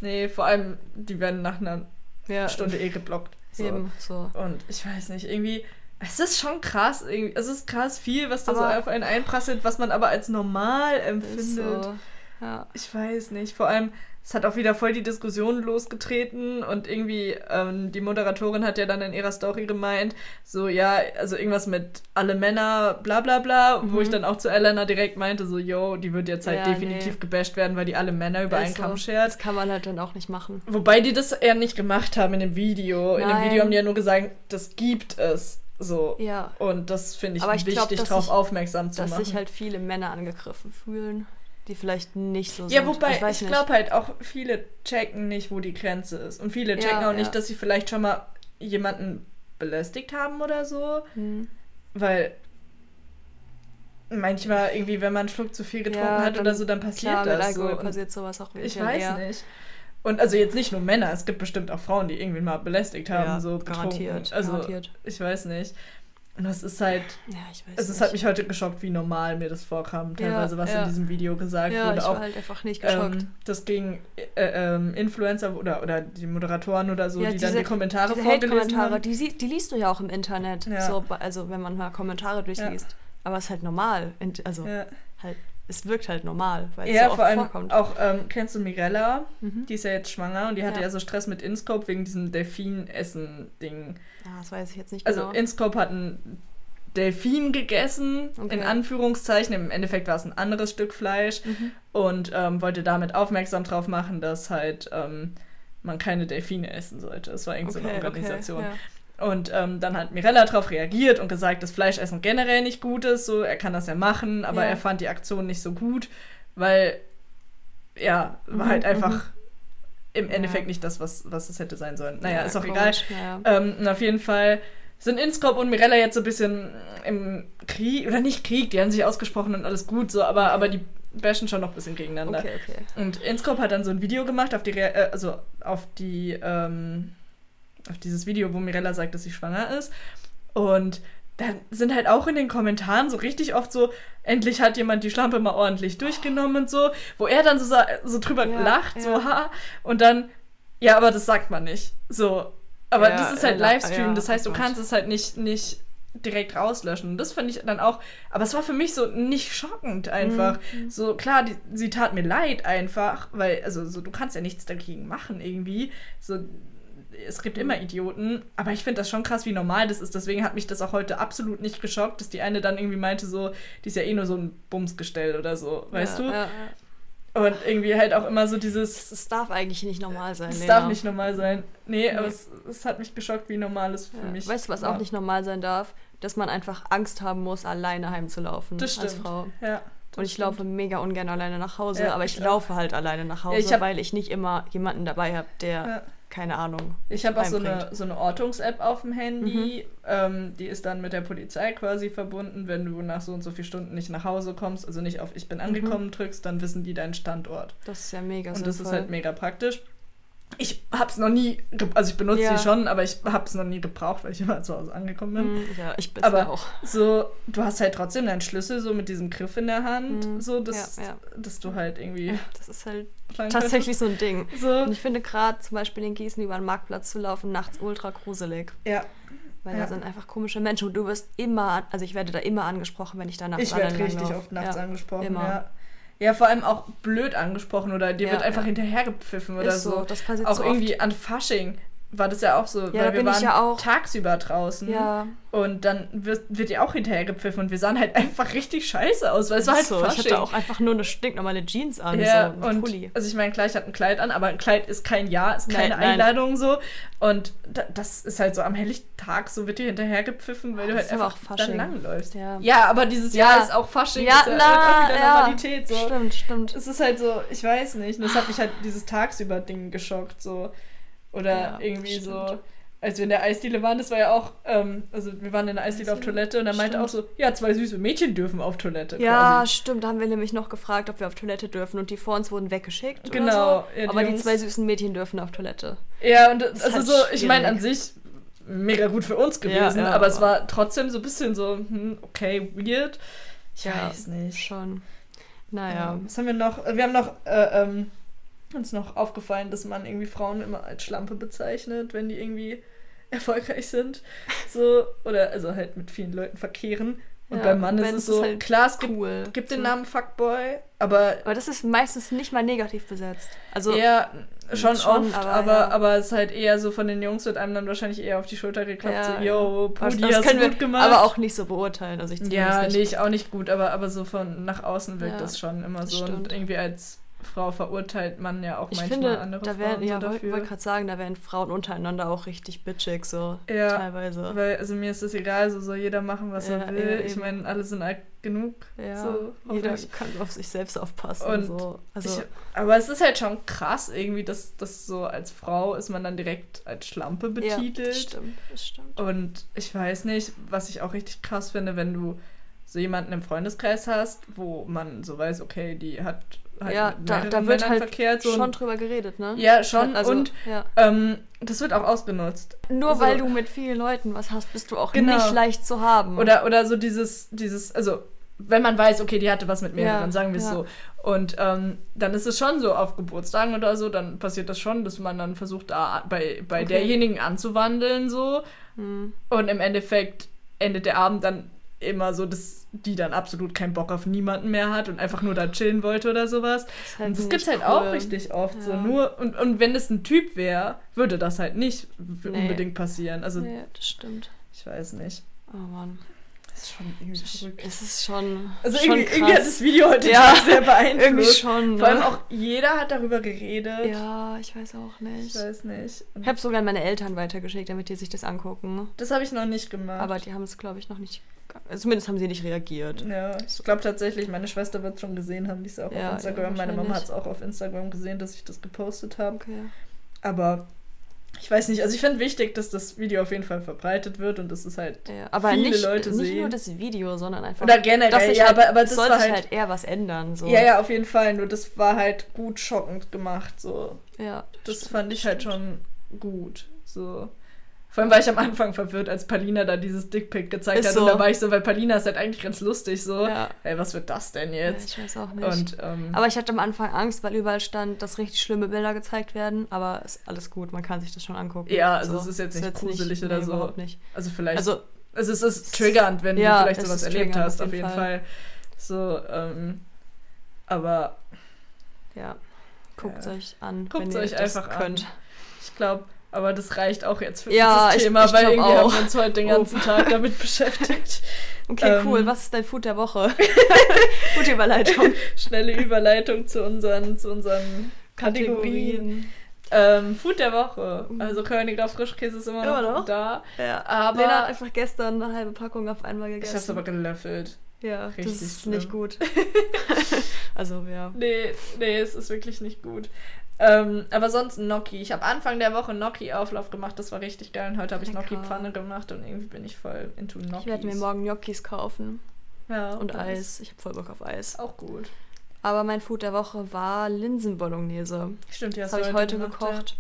Speaker 2: nee, vor allem, die werden nach einer
Speaker 1: Ja,
Speaker 2: Stunde eh geblockt. So.
Speaker 1: eben so.
Speaker 2: Und ich weiß nicht, irgendwie, es ist schon krass, irgendwie, es ist krass viel, was da so
Speaker 1: Aber-
Speaker 2: auf einen einprasselt, was man aber als normal
Speaker 1: Ist
Speaker 2: empfindet.
Speaker 1: so. Ja.
Speaker 2: Ich weiß nicht, vor allem, es hat auch wieder voll die Diskussion losgetreten und irgendwie, ähm, die Moderatorin hat ja dann in ihrer Story gemeint, so, ja, also irgendwas mit alle Männer, bla bla bla, wo
Speaker 1: Mhm.
Speaker 2: ich dann auch zu Elena direkt meinte, so, yo, die wird jetzt halt
Speaker 1: Ja,
Speaker 2: definitiv
Speaker 1: nee.
Speaker 2: gebasht werden, weil die alle Männer über einen
Speaker 1: Ist so.
Speaker 2: Kamm schert.
Speaker 1: Das kann man halt dann auch nicht machen.
Speaker 2: Wobei die das ja nicht gemacht haben in dem Video. In dem
Speaker 1: Nein.
Speaker 2: Video haben die ja nur gesagt, das gibt es. So.
Speaker 1: Ja.
Speaker 2: Und das finde ich,
Speaker 1: Aber ich
Speaker 2: wichtig,
Speaker 1: glaub, dass
Speaker 2: darauf
Speaker 1: sich-
Speaker 2: aufmerksam zu
Speaker 1: dass
Speaker 2: machen.
Speaker 1: sich halt viele Männer angegriffen fühlen, die vielleicht nicht so sind.
Speaker 2: ja, wobei,
Speaker 1: ich, weiß
Speaker 2: ich, glaube halt auch, viele checken nicht, wo die Grenze ist. Und viele
Speaker 1: Ja,
Speaker 2: checken auch
Speaker 1: ja.
Speaker 2: nicht, dass sie vielleicht schon mal jemanden belästigt haben oder so.
Speaker 1: nicht. Hm.
Speaker 2: Weil manchmal irgendwie, wenn man einen Schluck zu viel getrunken
Speaker 1: Ja,
Speaker 2: hat oder
Speaker 1: dann-
Speaker 2: so, dann passiert
Speaker 1: Klar, mit
Speaker 2: das.
Speaker 1: Alkohol
Speaker 2: so. Und
Speaker 1: passiert sowas auch
Speaker 2: Ich
Speaker 1: eher.
Speaker 2: weiß nicht. Und also jetzt nicht nur Männer, es gibt bestimmt auch Frauen, die irgendwie mal belästigt haben,
Speaker 1: Ja,
Speaker 2: so betrunken.
Speaker 1: garantiert,
Speaker 2: Also
Speaker 1: garantiert.
Speaker 2: ich weiß nicht. Und das ist halt,
Speaker 1: Ja, ich weiß
Speaker 2: also es
Speaker 1: nicht.
Speaker 2: hat mich heute geschockt, wie normal mir das vorkam,
Speaker 1: Ja,
Speaker 2: teilweise was
Speaker 1: ja.
Speaker 2: in diesem Video gesagt
Speaker 1: ja, ich
Speaker 2: wurde.
Speaker 1: war
Speaker 2: Auch
Speaker 1: halt einfach nicht geschockt.
Speaker 2: ähm, das ging äh, ähm, Influencer oder, oder die Moderatoren oder so,
Speaker 1: ja,
Speaker 2: die dann die Kommentare
Speaker 1: diese
Speaker 2: vorgelesen
Speaker 1: Hate-Kommentare,
Speaker 2: haben.
Speaker 1: die, sie- die liest du ja auch im Internet,
Speaker 2: Ja.
Speaker 1: so, bei- also wenn man mal Kommentare durchliest. Aber es ist halt normal, Ent- also
Speaker 2: ja,
Speaker 1: halt, es wirkt halt normal, weil es
Speaker 2: ja
Speaker 1: so oft
Speaker 2: vor allem
Speaker 1: vorkommt.
Speaker 2: auch, ähm, kennst du Mirella?
Speaker 1: Mhm.
Speaker 2: Die ist ja jetzt schwanger und die hatte ja,
Speaker 1: Ja.
Speaker 2: so Stress mit Inscope wegen diesem Delfin-Essen-Ding.
Speaker 1: Ja, Ah, das weiß ich jetzt nicht
Speaker 2: Also
Speaker 1: genau.
Speaker 2: Inscope hat einen Delfin gegessen,
Speaker 1: Okay.
Speaker 2: in Anführungszeichen. Im Endeffekt war es ein anderes Stück Fleisch
Speaker 1: Mhm.
Speaker 2: und ähm, wollte damit aufmerksam drauf machen, dass halt ähm, man keine Delfine essen sollte. Es war irgendeine so eine Organisation.
Speaker 1: Okay, ja.
Speaker 2: Und ähm, dann hat Mirella darauf reagiert und gesagt, dass Fleischessen generell nicht gut ist. So, er kann das ja machen, aber
Speaker 1: Ja.
Speaker 2: er fand die Aktion nicht so gut, weil ja, war
Speaker 1: Mhm,
Speaker 2: halt einfach im
Speaker 1: Ja.
Speaker 2: Endeffekt nicht das, was, was es hätte sein sollen. Naja,
Speaker 1: Ja,
Speaker 2: ist auch
Speaker 1: komisch,
Speaker 2: egal.
Speaker 1: naja.
Speaker 2: Ähm, und Ähm, auf jeden Fall sind Inskop und Mirella jetzt so ein bisschen im Krieg, oder nicht Krieg, die haben sich ausgesprochen und alles gut so, aber, aber die bashen schon noch ein bisschen gegeneinander.
Speaker 1: Okay, okay.
Speaker 2: Und Inskop hat dann so ein Video gemacht auf die, Rea- äh, also auf die, ähm, auf dieses Video, wo Mirella sagt, dass sie schwanger ist. Und dann sind halt auch in den Kommentaren so richtig oft so, endlich hat jemand die Schlampe mal ordentlich durchgenommen und so, wo er dann so, sa- so drüber
Speaker 1: Ja,
Speaker 2: lacht,
Speaker 1: ja.
Speaker 2: so ha, und dann, ja, aber das sagt man nicht. So. Aber
Speaker 1: Ja,
Speaker 2: das ist halt
Speaker 1: ja,
Speaker 2: Livestream,
Speaker 1: ja,
Speaker 2: das heißt, du
Speaker 1: oh Gott.
Speaker 2: kannst es halt nicht, nicht direkt rauslöschen. Und das fand ich dann auch, aber es war für mich so nicht schockend einfach.
Speaker 1: Mhm.
Speaker 2: So, klar, die, sie tat mir leid einfach, weil, also, so, du kannst ja nichts dagegen machen irgendwie. So, es gibt
Speaker 1: Mhm.
Speaker 2: immer Idioten, aber ich finde das schon krass, wie normal das ist. Deswegen hat mich das auch heute absolut nicht geschockt, dass die eine dann irgendwie meinte, so, die ist ja eh nur so ein Bumsgestell oder so, weißt
Speaker 1: ja,
Speaker 2: du?
Speaker 1: Ja, ja.
Speaker 2: Und irgendwie halt auch immer so dieses,
Speaker 1: Das, das darf eigentlich nicht normal sein.
Speaker 2: es
Speaker 1: Lena.
Speaker 2: darf nicht normal sein. Nee, aber
Speaker 1: genau. Nee.
Speaker 2: es, es hat mich geschockt, wie normal es für
Speaker 1: Ja.
Speaker 2: mich
Speaker 1: Weißt du, was
Speaker 2: war.
Speaker 1: auch nicht normal sein darf? Dass man einfach Angst haben muss, alleine heimzulaufen
Speaker 2: Das stimmt.
Speaker 1: Hm, als Frau.
Speaker 2: Ja.
Speaker 1: Und ich laufe mega ungern alleine nach Hause,
Speaker 2: Ja,
Speaker 1: aber ich
Speaker 2: ich auch.
Speaker 1: laufe halt alleine nach Hause,
Speaker 2: ich hab-
Speaker 1: weil ich nicht immer jemanden dabei habe, der,
Speaker 2: Ja.
Speaker 1: keine Ahnung.
Speaker 2: Ich habe auch so
Speaker 1: einbringt.
Speaker 2: eine, so eine Ortungs-App auf dem Handy.
Speaker 1: Mhm.
Speaker 2: Ähm, die ist dann mit der Polizei quasi verbunden. Wenn du nach so und so vielen Stunden nicht nach Hause kommst, also nicht auf Ich bin angekommen drückst, dann wissen die deinen Standort.
Speaker 1: Das ist Mhm. ja mega
Speaker 2: und das ist
Speaker 1: sinnvoll.
Speaker 2: halt mega praktisch. Ich habe es noch nie, ge- also ich benutze
Speaker 1: Ja.
Speaker 2: die schon, aber ich habe es noch nie gebraucht, weil ich immer zu Hause angekommen bin.
Speaker 1: Mhm, Ja, ich bin
Speaker 2: Aber
Speaker 1: auch.
Speaker 2: so, du hast halt trotzdem deinen Schlüssel so mit diesem Griff in der Hand,
Speaker 1: Mhm.
Speaker 2: so dass,
Speaker 1: Ja, ja.
Speaker 2: dass du halt irgendwie
Speaker 1: Das ist halt
Speaker 2: planen
Speaker 1: tatsächlich so ein Ding.
Speaker 2: könntest.
Speaker 1: Und
Speaker 2: so.
Speaker 1: ich finde gerade zum Beispiel in Gießen über den Marktplatz zu laufen, nachts ultra gruselig.
Speaker 2: Ja,
Speaker 1: Weil da
Speaker 2: Ja.
Speaker 1: sind einfach komische Menschen und du wirst immer, also ich werde da immer angesprochen, wenn ich da nachts
Speaker 2: ich werde
Speaker 1: allein
Speaker 2: richtig
Speaker 1: langlaufe.
Speaker 2: oft nachts
Speaker 1: ja.
Speaker 2: angesprochen.
Speaker 1: immer.
Speaker 2: Ja. ja, vor allem auch blöd angesprochen oder dir
Speaker 1: Ja,
Speaker 2: wird einfach
Speaker 1: ja.
Speaker 2: hinterhergepfiffen oder
Speaker 1: Ist so, das passiert
Speaker 2: Auch
Speaker 1: so oft.
Speaker 2: irgendwie an Fasching war das ja auch so,
Speaker 1: da
Speaker 2: weil wir
Speaker 1: bin ich
Speaker 2: waren
Speaker 1: ja auch-
Speaker 2: tagsüber draußen
Speaker 1: Ja,
Speaker 2: und dann wird, wird dir auch hinterhergepfiffen und wir sahen halt einfach richtig scheiße aus, weil es war halt
Speaker 1: so. Ich
Speaker 2: Fasching.
Speaker 1: hatte auch einfach nur eine stinknormale Jeans an,
Speaker 2: Ja,
Speaker 1: so ein
Speaker 2: und
Speaker 1: Pulli.
Speaker 2: also ich meine, klar, ich hatte ein Kleid an, aber ein Kleid ist kein Ja, ist
Speaker 1: Kein-
Speaker 2: keine
Speaker 1: nein.
Speaker 2: Einladung so. Und da, das ist halt so am Helligtag, so wird dir hinterhergepfiffen, weil du
Speaker 1: Ah, das
Speaker 2: halt
Speaker 1: ist aber
Speaker 2: einfach
Speaker 1: auch
Speaker 2: dann
Speaker 1: Fasching.
Speaker 2: langläufst.
Speaker 1: Ja.
Speaker 2: ja, aber dieses
Speaker 1: Ja.
Speaker 2: Jahr ist auch Fasching, ist halt auch wieder Normalität. So.
Speaker 1: Stimmt, stimmt.
Speaker 2: Es ist halt so, ich weiß nicht, und das hat mich halt dieses Tagsüber-Ding geschockt, so. Oder
Speaker 1: Ja,
Speaker 2: irgendwie so.
Speaker 1: stimmt.
Speaker 2: Als wir in der Eisdiele waren, das war ja auch, ähm, also wir waren in der Eisdiele auf
Speaker 1: Eisdiele?
Speaker 2: Toilette und dann meinte
Speaker 1: Stimmt.
Speaker 2: auch so, ja, zwei süße Mädchen dürfen auf Toilette.
Speaker 1: Ja,
Speaker 2: quasi.
Speaker 1: stimmt. Da haben wir nämlich noch gefragt, ob wir auf Toilette dürfen und die vor uns wurden weggeschickt.
Speaker 2: Genau,
Speaker 1: Oder so.
Speaker 2: ja, die
Speaker 1: Aber die
Speaker 2: Jungs-
Speaker 1: zwei süßen Mädchen dürfen auf Toilette.
Speaker 2: Ja, und also
Speaker 1: halt
Speaker 2: so, ich meine an sich mega gut für uns
Speaker 1: Ja,
Speaker 2: gewesen,
Speaker 1: ja,
Speaker 2: aber es
Speaker 1: aber-
Speaker 2: war trotzdem so ein bisschen so, hm, okay, weird. Ich
Speaker 1: Ja,
Speaker 2: weiß nicht.
Speaker 1: Schon. Naja.
Speaker 2: Ja. Was haben wir noch? Wir haben noch, äh, ähm, uns noch aufgefallen, dass man irgendwie Frauen immer als Schlampe bezeichnet, wenn die irgendwie erfolgreich sind. So, oder also halt mit vielen Leuten verkehren. Und
Speaker 1: Ja,
Speaker 2: beim Mann
Speaker 1: wenn
Speaker 2: ist es
Speaker 1: es ist
Speaker 2: so,
Speaker 1: halt
Speaker 2: klar, es gibt,
Speaker 1: cool. ne?
Speaker 2: gibt
Speaker 1: So.
Speaker 2: den Namen Fuckboy, aber
Speaker 1: Aber das ist meistens nicht mal negativ besetzt. Also,
Speaker 2: Ja, schon,
Speaker 1: Schon,
Speaker 2: oft, aber,
Speaker 1: aber
Speaker 2: aber,
Speaker 1: ja.
Speaker 2: es ist halt eher so von den Jungs wird einem dann wahrscheinlich eher auf die Schulter geklappt, so, yo,
Speaker 1: das,
Speaker 2: Pudi,
Speaker 1: das
Speaker 2: hast du
Speaker 1: können wir
Speaker 2: gut gemacht.
Speaker 1: aber auch nicht so beurteilen. Also ich
Speaker 2: ja,
Speaker 1: zumindest
Speaker 2: nee, ich auch nicht gut, aber, aber so von nach außen wirkt
Speaker 1: Ja,
Speaker 2: das schon immer
Speaker 1: das
Speaker 2: so. Und
Speaker 1: stimmt.
Speaker 2: irgendwie als Frau verurteilt man ja auch
Speaker 1: Ich
Speaker 2: manchmal
Speaker 1: finde,
Speaker 2: andere
Speaker 1: da
Speaker 2: Frauen
Speaker 1: werden, ja,
Speaker 2: so
Speaker 1: woll-
Speaker 2: dafür.
Speaker 1: wollte gerade sagen, da werden Frauen untereinander auch richtig bitchig, so
Speaker 2: Ja,
Speaker 1: teilweise.
Speaker 2: Weil, also mir ist das egal, so soll jeder machen, was
Speaker 1: Ja,
Speaker 2: er will.
Speaker 1: ja,
Speaker 2: ich
Speaker 1: eben.
Speaker 2: meine, alle sind alt genug.
Speaker 1: Ja,
Speaker 2: so,
Speaker 1: jeder
Speaker 2: hoffentlich.
Speaker 1: kann auf sich selbst aufpassen.
Speaker 2: Und
Speaker 1: so. also,
Speaker 2: ich, aber es ist halt schon krass irgendwie, dass das so als Frau ist man dann direkt als Schlampe
Speaker 1: Ja, das
Speaker 2: betitelt.
Speaker 1: stimmt, das stimmt.
Speaker 2: Und ich weiß nicht, was ich auch richtig krass finde, wenn du so jemanden im Freundeskreis hast, wo man so weiß, okay, die hat halt
Speaker 1: ja,
Speaker 2: mit
Speaker 1: da,
Speaker 2: mehreren
Speaker 1: da wird
Speaker 2: Männern
Speaker 1: halt
Speaker 2: verkehrt. So
Speaker 1: schon
Speaker 2: und,
Speaker 1: drüber geredet, ne?
Speaker 2: ja, schon.
Speaker 1: Also,
Speaker 2: und
Speaker 1: ja.
Speaker 2: ähm, das wird auch ausgenutzt. Also
Speaker 1: Nur
Speaker 2: so-
Speaker 1: weil du mit vielen Leuten was hast, bist du auch
Speaker 2: Genau.
Speaker 1: nicht leicht zu haben.
Speaker 2: Oder, oder so dieses, dieses, also wenn man weiß, okay, die hatte was mit mir,
Speaker 1: Ja,
Speaker 2: dann sagen wir es
Speaker 1: ja.
Speaker 2: so. Und ähm, dann ist es schon so auf Geburtstagen oder so, dann passiert das schon, dass man dann versucht, da bei, bei
Speaker 1: Okay.
Speaker 2: derjenigen anzuwandeln, so.
Speaker 1: Hm.
Speaker 2: Und im Endeffekt endet der Abend dann immer so, dass die dann absolut keinen Bock auf niemanden mehr hat und einfach nur da chillen wollte oder sowas.
Speaker 1: ist
Speaker 2: und das
Speaker 1: nicht
Speaker 2: gibt's halt
Speaker 1: cool.
Speaker 2: auch richtig oft. So
Speaker 1: Ja.
Speaker 2: nur, und, und wenn es ein Typ wäre, würde das halt nicht w-
Speaker 1: Nee.
Speaker 2: unbedingt passieren. Also
Speaker 1: Nee, das stimmt.
Speaker 2: ich weiß nicht.
Speaker 1: Oh Mann.
Speaker 2: Das ist schon irgendwie verrückt.
Speaker 1: Es ist schon.
Speaker 2: Also
Speaker 1: schon
Speaker 2: irgendwie, irgendwie hat
Speaker 1: krass.
Speaker 2: das Video heute
Speaker 1: Ja,
Speaker 2: Tag sehr
Speaker 1: irgendwie
Speaker 2: beeinflusst.
Speaker 1: schon. Ne?
Speaker 2: Vor allem auch jeder hat darüber geredet.
Speaker 1: Ja, ich weiß auch nicht. Ich,
Speaker 2: Ich weiß nicht. Und
Speaker 1: habe sogar an meine Eltern weitergeschickt, damit die sich das angucken.
Speaker 2: das habe ich noch nicht gemacht.
Speaker 1: Aber die haben es, glaube ich, noch nicht. ge- Zumindest haben sie nicht reagiert.
Speaker 2: Ja, ich glaube tatsächlich, meine Schwester wird es schon gesehen haben, die ist ja auch
Speaker 1: Ja,
Speaker 2: auf
Speaker 1: ja,
Speaker 2: Instagram. meine Mama hat
Speaker 1: wahrscheinlich.
Speaker 2: es auch auf Instagram gesehen, dass ich das gepostet habe.
Speaker 1: Okay.
Speaker 2: Aber ich ich weiß nicht, also ich finde wichtig, dass das Video auf jeden Fall verbreitet wird und dass es halt
Speaker 1: Ja, aber
Speaker 2: viele
Speaker 1: nicht,
Speaker 2: Leute
Speaker 1: nicht
Speaker 2: sehen.
Speaker 1: nur das Video, sondern einfach.
Speaker 2: Oder generell,
Speaker 1: dass sich
Speaker 2: ja,
Speaker 1: halt,
Speaker 2: aber- aber das
Speaker 1: sollte
Speaker 2: war
Speaker 1: sich
Speaker 2: halt-
Speaker 1: halt eher was ändern. So.
Speaker 2: Ja, ja, auf jeden Fall, nur das war halt gut schockend gemacht, so.
Speaker 1: Ja,
Speaker 2: Das fand ich halt schon gut, so. Vor allem war ich am Anfang verwirrt, als Palina da dieses Dickpick gezeigt
Speaker 1: Ist
Speaker 2: hat
Speaker 1: so.
Speaker 2: und da war ich so, weil Palina ist halt eigentlich ganz lustig, so.
Speaker 1: Ja.
Speaker 2: Ey, was wird das denn
Speaker 1: Ja,
Speaker 2: jetzt?
Speaker 1: ich weiß auch nicht.
Speaker 2: und, ähm,
Speaker 1: aber ich hatte am Anfang Angst, weil überall stand, dass richtig schlimme Bilder gezeigt werden. Aber ist alles gut, man kann sich das schon angucken.
Speaker 2: Ja, also es ist jetzt nicht gruselig oder so.
Speaker 1: Überhaupt nicht.
Speaker 2: also vielleicht, also,
Speaker 1: Also,
Speaker 2: es ist triggernd, wenn
Speaker 1: Ja,
Speaker 2: du vielleicht
Speaker 1: es
Speaker 2: sowas
Speaker 1: ist
Speaker 2: erlebt
Speaker 1: triggernd,
Speaker 2: hast, auf jeden Fall. So, ähm, aber
Speaker 1: ja, guckt es
Speaker 2: Ja.
Speaker 1: euch an,
Speaker 2: Guckt's
Speaker 1: wenn ihr
Speaker 2: euch
Speaker 1: das
Speaker 2: einfach an.
Speaker 1: könnt.
Speaker 2: Ich glaube, aber das reicht auch jetzt für
Speaker 1: Ja,
Speaker 2: dieses
Speaker 1: ich-
Speaker 2: Thema,
Speaker 1: ich
Speaker 2: weil
Speaker 1: glaub
Speaker 2: irgendwie haben
Speaker 1: auch. Oh.
Speaker 2: wir uns heute den ganzen Tag damit beschäftigt.
Speaker 1: Okay,
Speaker 2: Ähm,
Speaker 1: cool. Was ist dein Food der Woche? Gute Überleitung.
Speaker 2: Schnelle Überleitung zu unseren, zu unseren Kategorien. Ähm, Food der Woche. Also Körniger Frischkäse ist immer,
Speaker 1: Uh. Immer
Speaker 2: noch,
Speaker 1: noch?
Speaker 2: da.
Speaker 1: Ja.
Speaker 2: Aber-
Speaker 1: Lena hat einfach gestern eine halbe Packung auf einmal
Speaker 2: Ich
Speaker 1: gegessen.
Speaker 2: hab's aber gelöffelt.
Speaker 1: ja,
Speaker 2: richtig ne?
Speaker 1: das ist
Speaker 2: schlimm.
Speaker 1: nicht gut. also, ja.
Speaker 2: Nee, nee, es ist wirklich nicht gut. Ähm, aber sonst Gnocchi. Ich habe Anfang der Woche Gnocchi-Auflauf gemacht, das war richtig geil. Und heute habe ich
Speaker 1: Lecker.
Speaker 2: Gnocchi-Pfanne gemacht und irgendwie bin ich voll into Gnocchi.
Speaker 1: Ich werde mir morgen Gnocchis kaufen
Speaker 2: ja,
Speaker 1: und
Speaker 2: das
Speaker 1: Eis. Ich habe voll Bock auf Eis.
Speaker 2: Ist auch gut.
Speaker 1: Aber mein Food der Woche war Linsenbolognese.
Speaker 2: Stimmt, die
Speaker 1: Das
Speaker 2: hast
Speaker 1: habe
Speaker 2: du
Speaker 1: ich heute
Speaker 2: gemacht, ja.
Speaker 1: gekocht.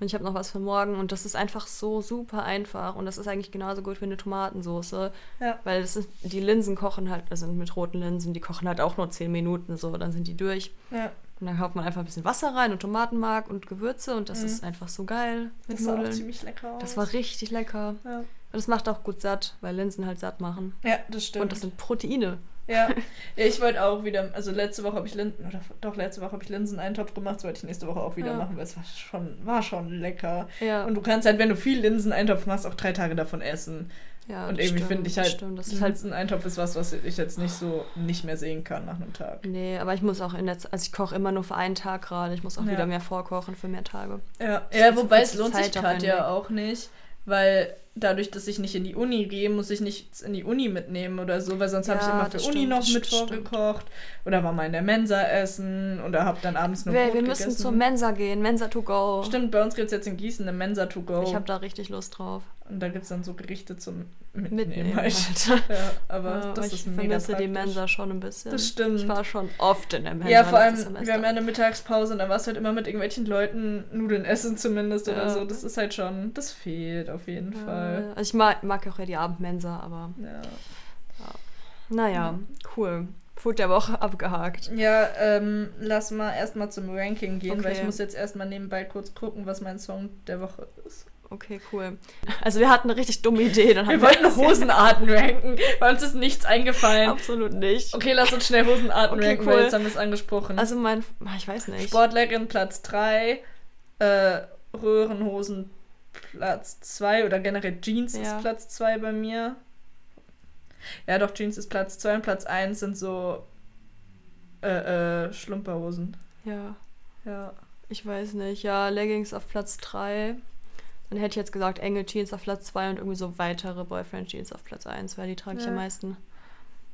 Speaker 1: Und ich habe noch was für morgen. Und das ist einfach so super einfach. Und das ist eigentlich genauso gut wie eine Tomatensoße.
Speaker 2: Ja.
Speaker 1: Weil das ist, die Linsen kochen halt, also mit roten Linsen, die kochen halt auch nur 10 Minuten so. Dann sind die durch.
Speaker 2: Ja,
Speaker 1: Und dann haut man einfach ein bisschen Wasser rein und Tomatenmark und Gewürze. Und das
Speaker 2: Mhm.
Speaker 1: ist einfach so geil mit
Speaker 2: das sah auch
Speaker 1: Nudeln.
Speaker 2: ziemlich lecker aus.
Speaker 1: Das war richtig lecker. Und
Speaker 2: ja.
Speaker 1: das macht auch gut satt, weil Linsen halt satt machen.
Speaker 2: ja, das stimmt.
Speaker 1: Und das sind Proteine.
Speaker 2: ja. ja, ich wollte auch wieder, also letzte Woche habe ich Linsen, oder doch letzte Woche habe ich Linseneintopf gemacht, das wollte ich nächste Woche auch wieder
Speaker 1: Ja.
Speaker 2: machen, weil es war schon, war schon lecker.
Speaker 1: Ja.
Speaker 2: Und du kannst halt, wenn du viel Linseneintopf machst, auch drei Tage davon essen.
Speaker 1: Ja,
Speaker 2: und
Speaker 1: das
Speaker 2: irgendwie
Speaker 1: stimmt,
Speaker 2: finde ich
Speaker 1: das
Speaker 2: halt,
Speaker 1: Stimmt, das ist halt.
Speaker 2: Linseneintopf ist was, was ich jetzt nicht so nicht mehr sehen kann nach einem Tag.
Speaker 1: Nee, aber ich muss auch in der Z- Also ich koche immer nur für einen Tag gerade. Ich muss auch
Speaker 2: Ja.
Speaker 1: wieder mehr vorkochen für mehr Tage.
Speaker 2: Ja,
Speaker 1: Das ist
Speaker 2: ja
Speaker 1: so
Speaker 2: wobei
Speaker 1: viel
Speaker 2: es lohnt sich
Speaker 1: Zeit
Speaker 2: gerade
Speaker 1: aufwendig.
Speaker 2: ja auch nicht, weil dadurch, dass ich nicht in die Uni gehe, muss ich nichts in die Uni mitnehmen oder so, weil sonst habe ich
Speaker 1: Ja,
Speaker 2: immer für
Speaker 1: das
Speaker 2: Uni
Speaker 1: stimmt,
Speaker 2: noch
Speaker 1: das
Speaker 2: mit
Speaker 1: stimmt.
Speaker 2: vorgekocht oder war mal in der Mensa essen oder habe dann abends nur
Speaker 1: Wir,
Speaker 2: Brot
Speaker 1: wir müssen
Speaker 2: gegessen.
Speaker 1: zur Mensa gehen. Mensa to go.
Speaker 2: Stimmt, bei uns gibt es jetzt in Gießen eine Mensa to go
Speaker 1: Ich habe da richtig Lust drauf.
Speaker 2: und da gibt es dann so Gerichte zum Mitnehmen,
Speaker 1: Mitnehmen
Speaker 2: halt.
Speaker 1: halt.
Speaker 2: Ja, aber
Speaker 1: Ja,
Speaker 2: das
Speaker 1: weil ich
Speaker 2: ist mega
Speaker 1: vermisse die
Speaker 2: praktisch.
Speaker 1: Mensa schon ein bisschen.
Speaker 2: Das stimmt.
Speaker 1: Ich war schon oft in der Mensa.
Speaker 2: Ja, vor allem,
Speaker 1: letztes
Speaker 2: wir haben ja
Speaker 1: Semester.
Speaker 2: eine Mittagspause und dann warst du halt immer mit irgendwelchen Leuten Nudeln essen zumindest oder
Speaker 1: Ja.
Speaker 2: so. Das ist halt schon, das fehlt auf jeden
Speaker 1: Ja,
Speaker 2: Fall.
Speaker 1: Also ich mag, mag auch ja die Abendmensa, aber
Speaker 2: Ja,
Speaker 1: naja, cool. Food der Woche abgehakt.
Speaker 2: ja ähm, lass mal erstmal zum Ranking gehen, weil
Speaker 1: Okay.
Speaker 2: ich muss jetzt erstmal nebenbei kurz gucken, was mein Song der Woche ist.
Speaker 1: Okay, cool. Also wir hatten eine richtig dumme Idee. Dann haben
Speaker 2: Wir wollten Hosenarten ranken, weil uns ist nichts eingefallen.
Speaker 1: Absolut nicht.
Speaker 2: Okay, lass uns schnell Hosenarten
Speaker 1: Okay,
Speaker 2: ranken, weil
Speaker 1: cool.
Speaker 2: jetzt haben wir es angesprochen.
Speaker 1: Also mein, ich weiß nicht.
Speaker 2: Sportlerin Platz 3, äh, Röhrenhosen Platz 2 oder generell Jeans
Speaker 1: Ja.
Speaker 2: ist Platz 2 bei mir. Ja, doch, Jeans ist Platz 2 und Platz 1 sind so äh, äh, Schlumperhosen.
Speaker 1: Ja,
Speaker 2: Ja.
Speaker 1: ich weiß nicht. Ja, Leggings auf Platz 3. Dann hätte ich jetzt gesagt, enge Jeans auf Platz 2 und irgendwie so weitere Boyfriend Jeans auf Platz 1, weil die trage ich
Speaker 2: Ja.
Speaker 1: am meisten.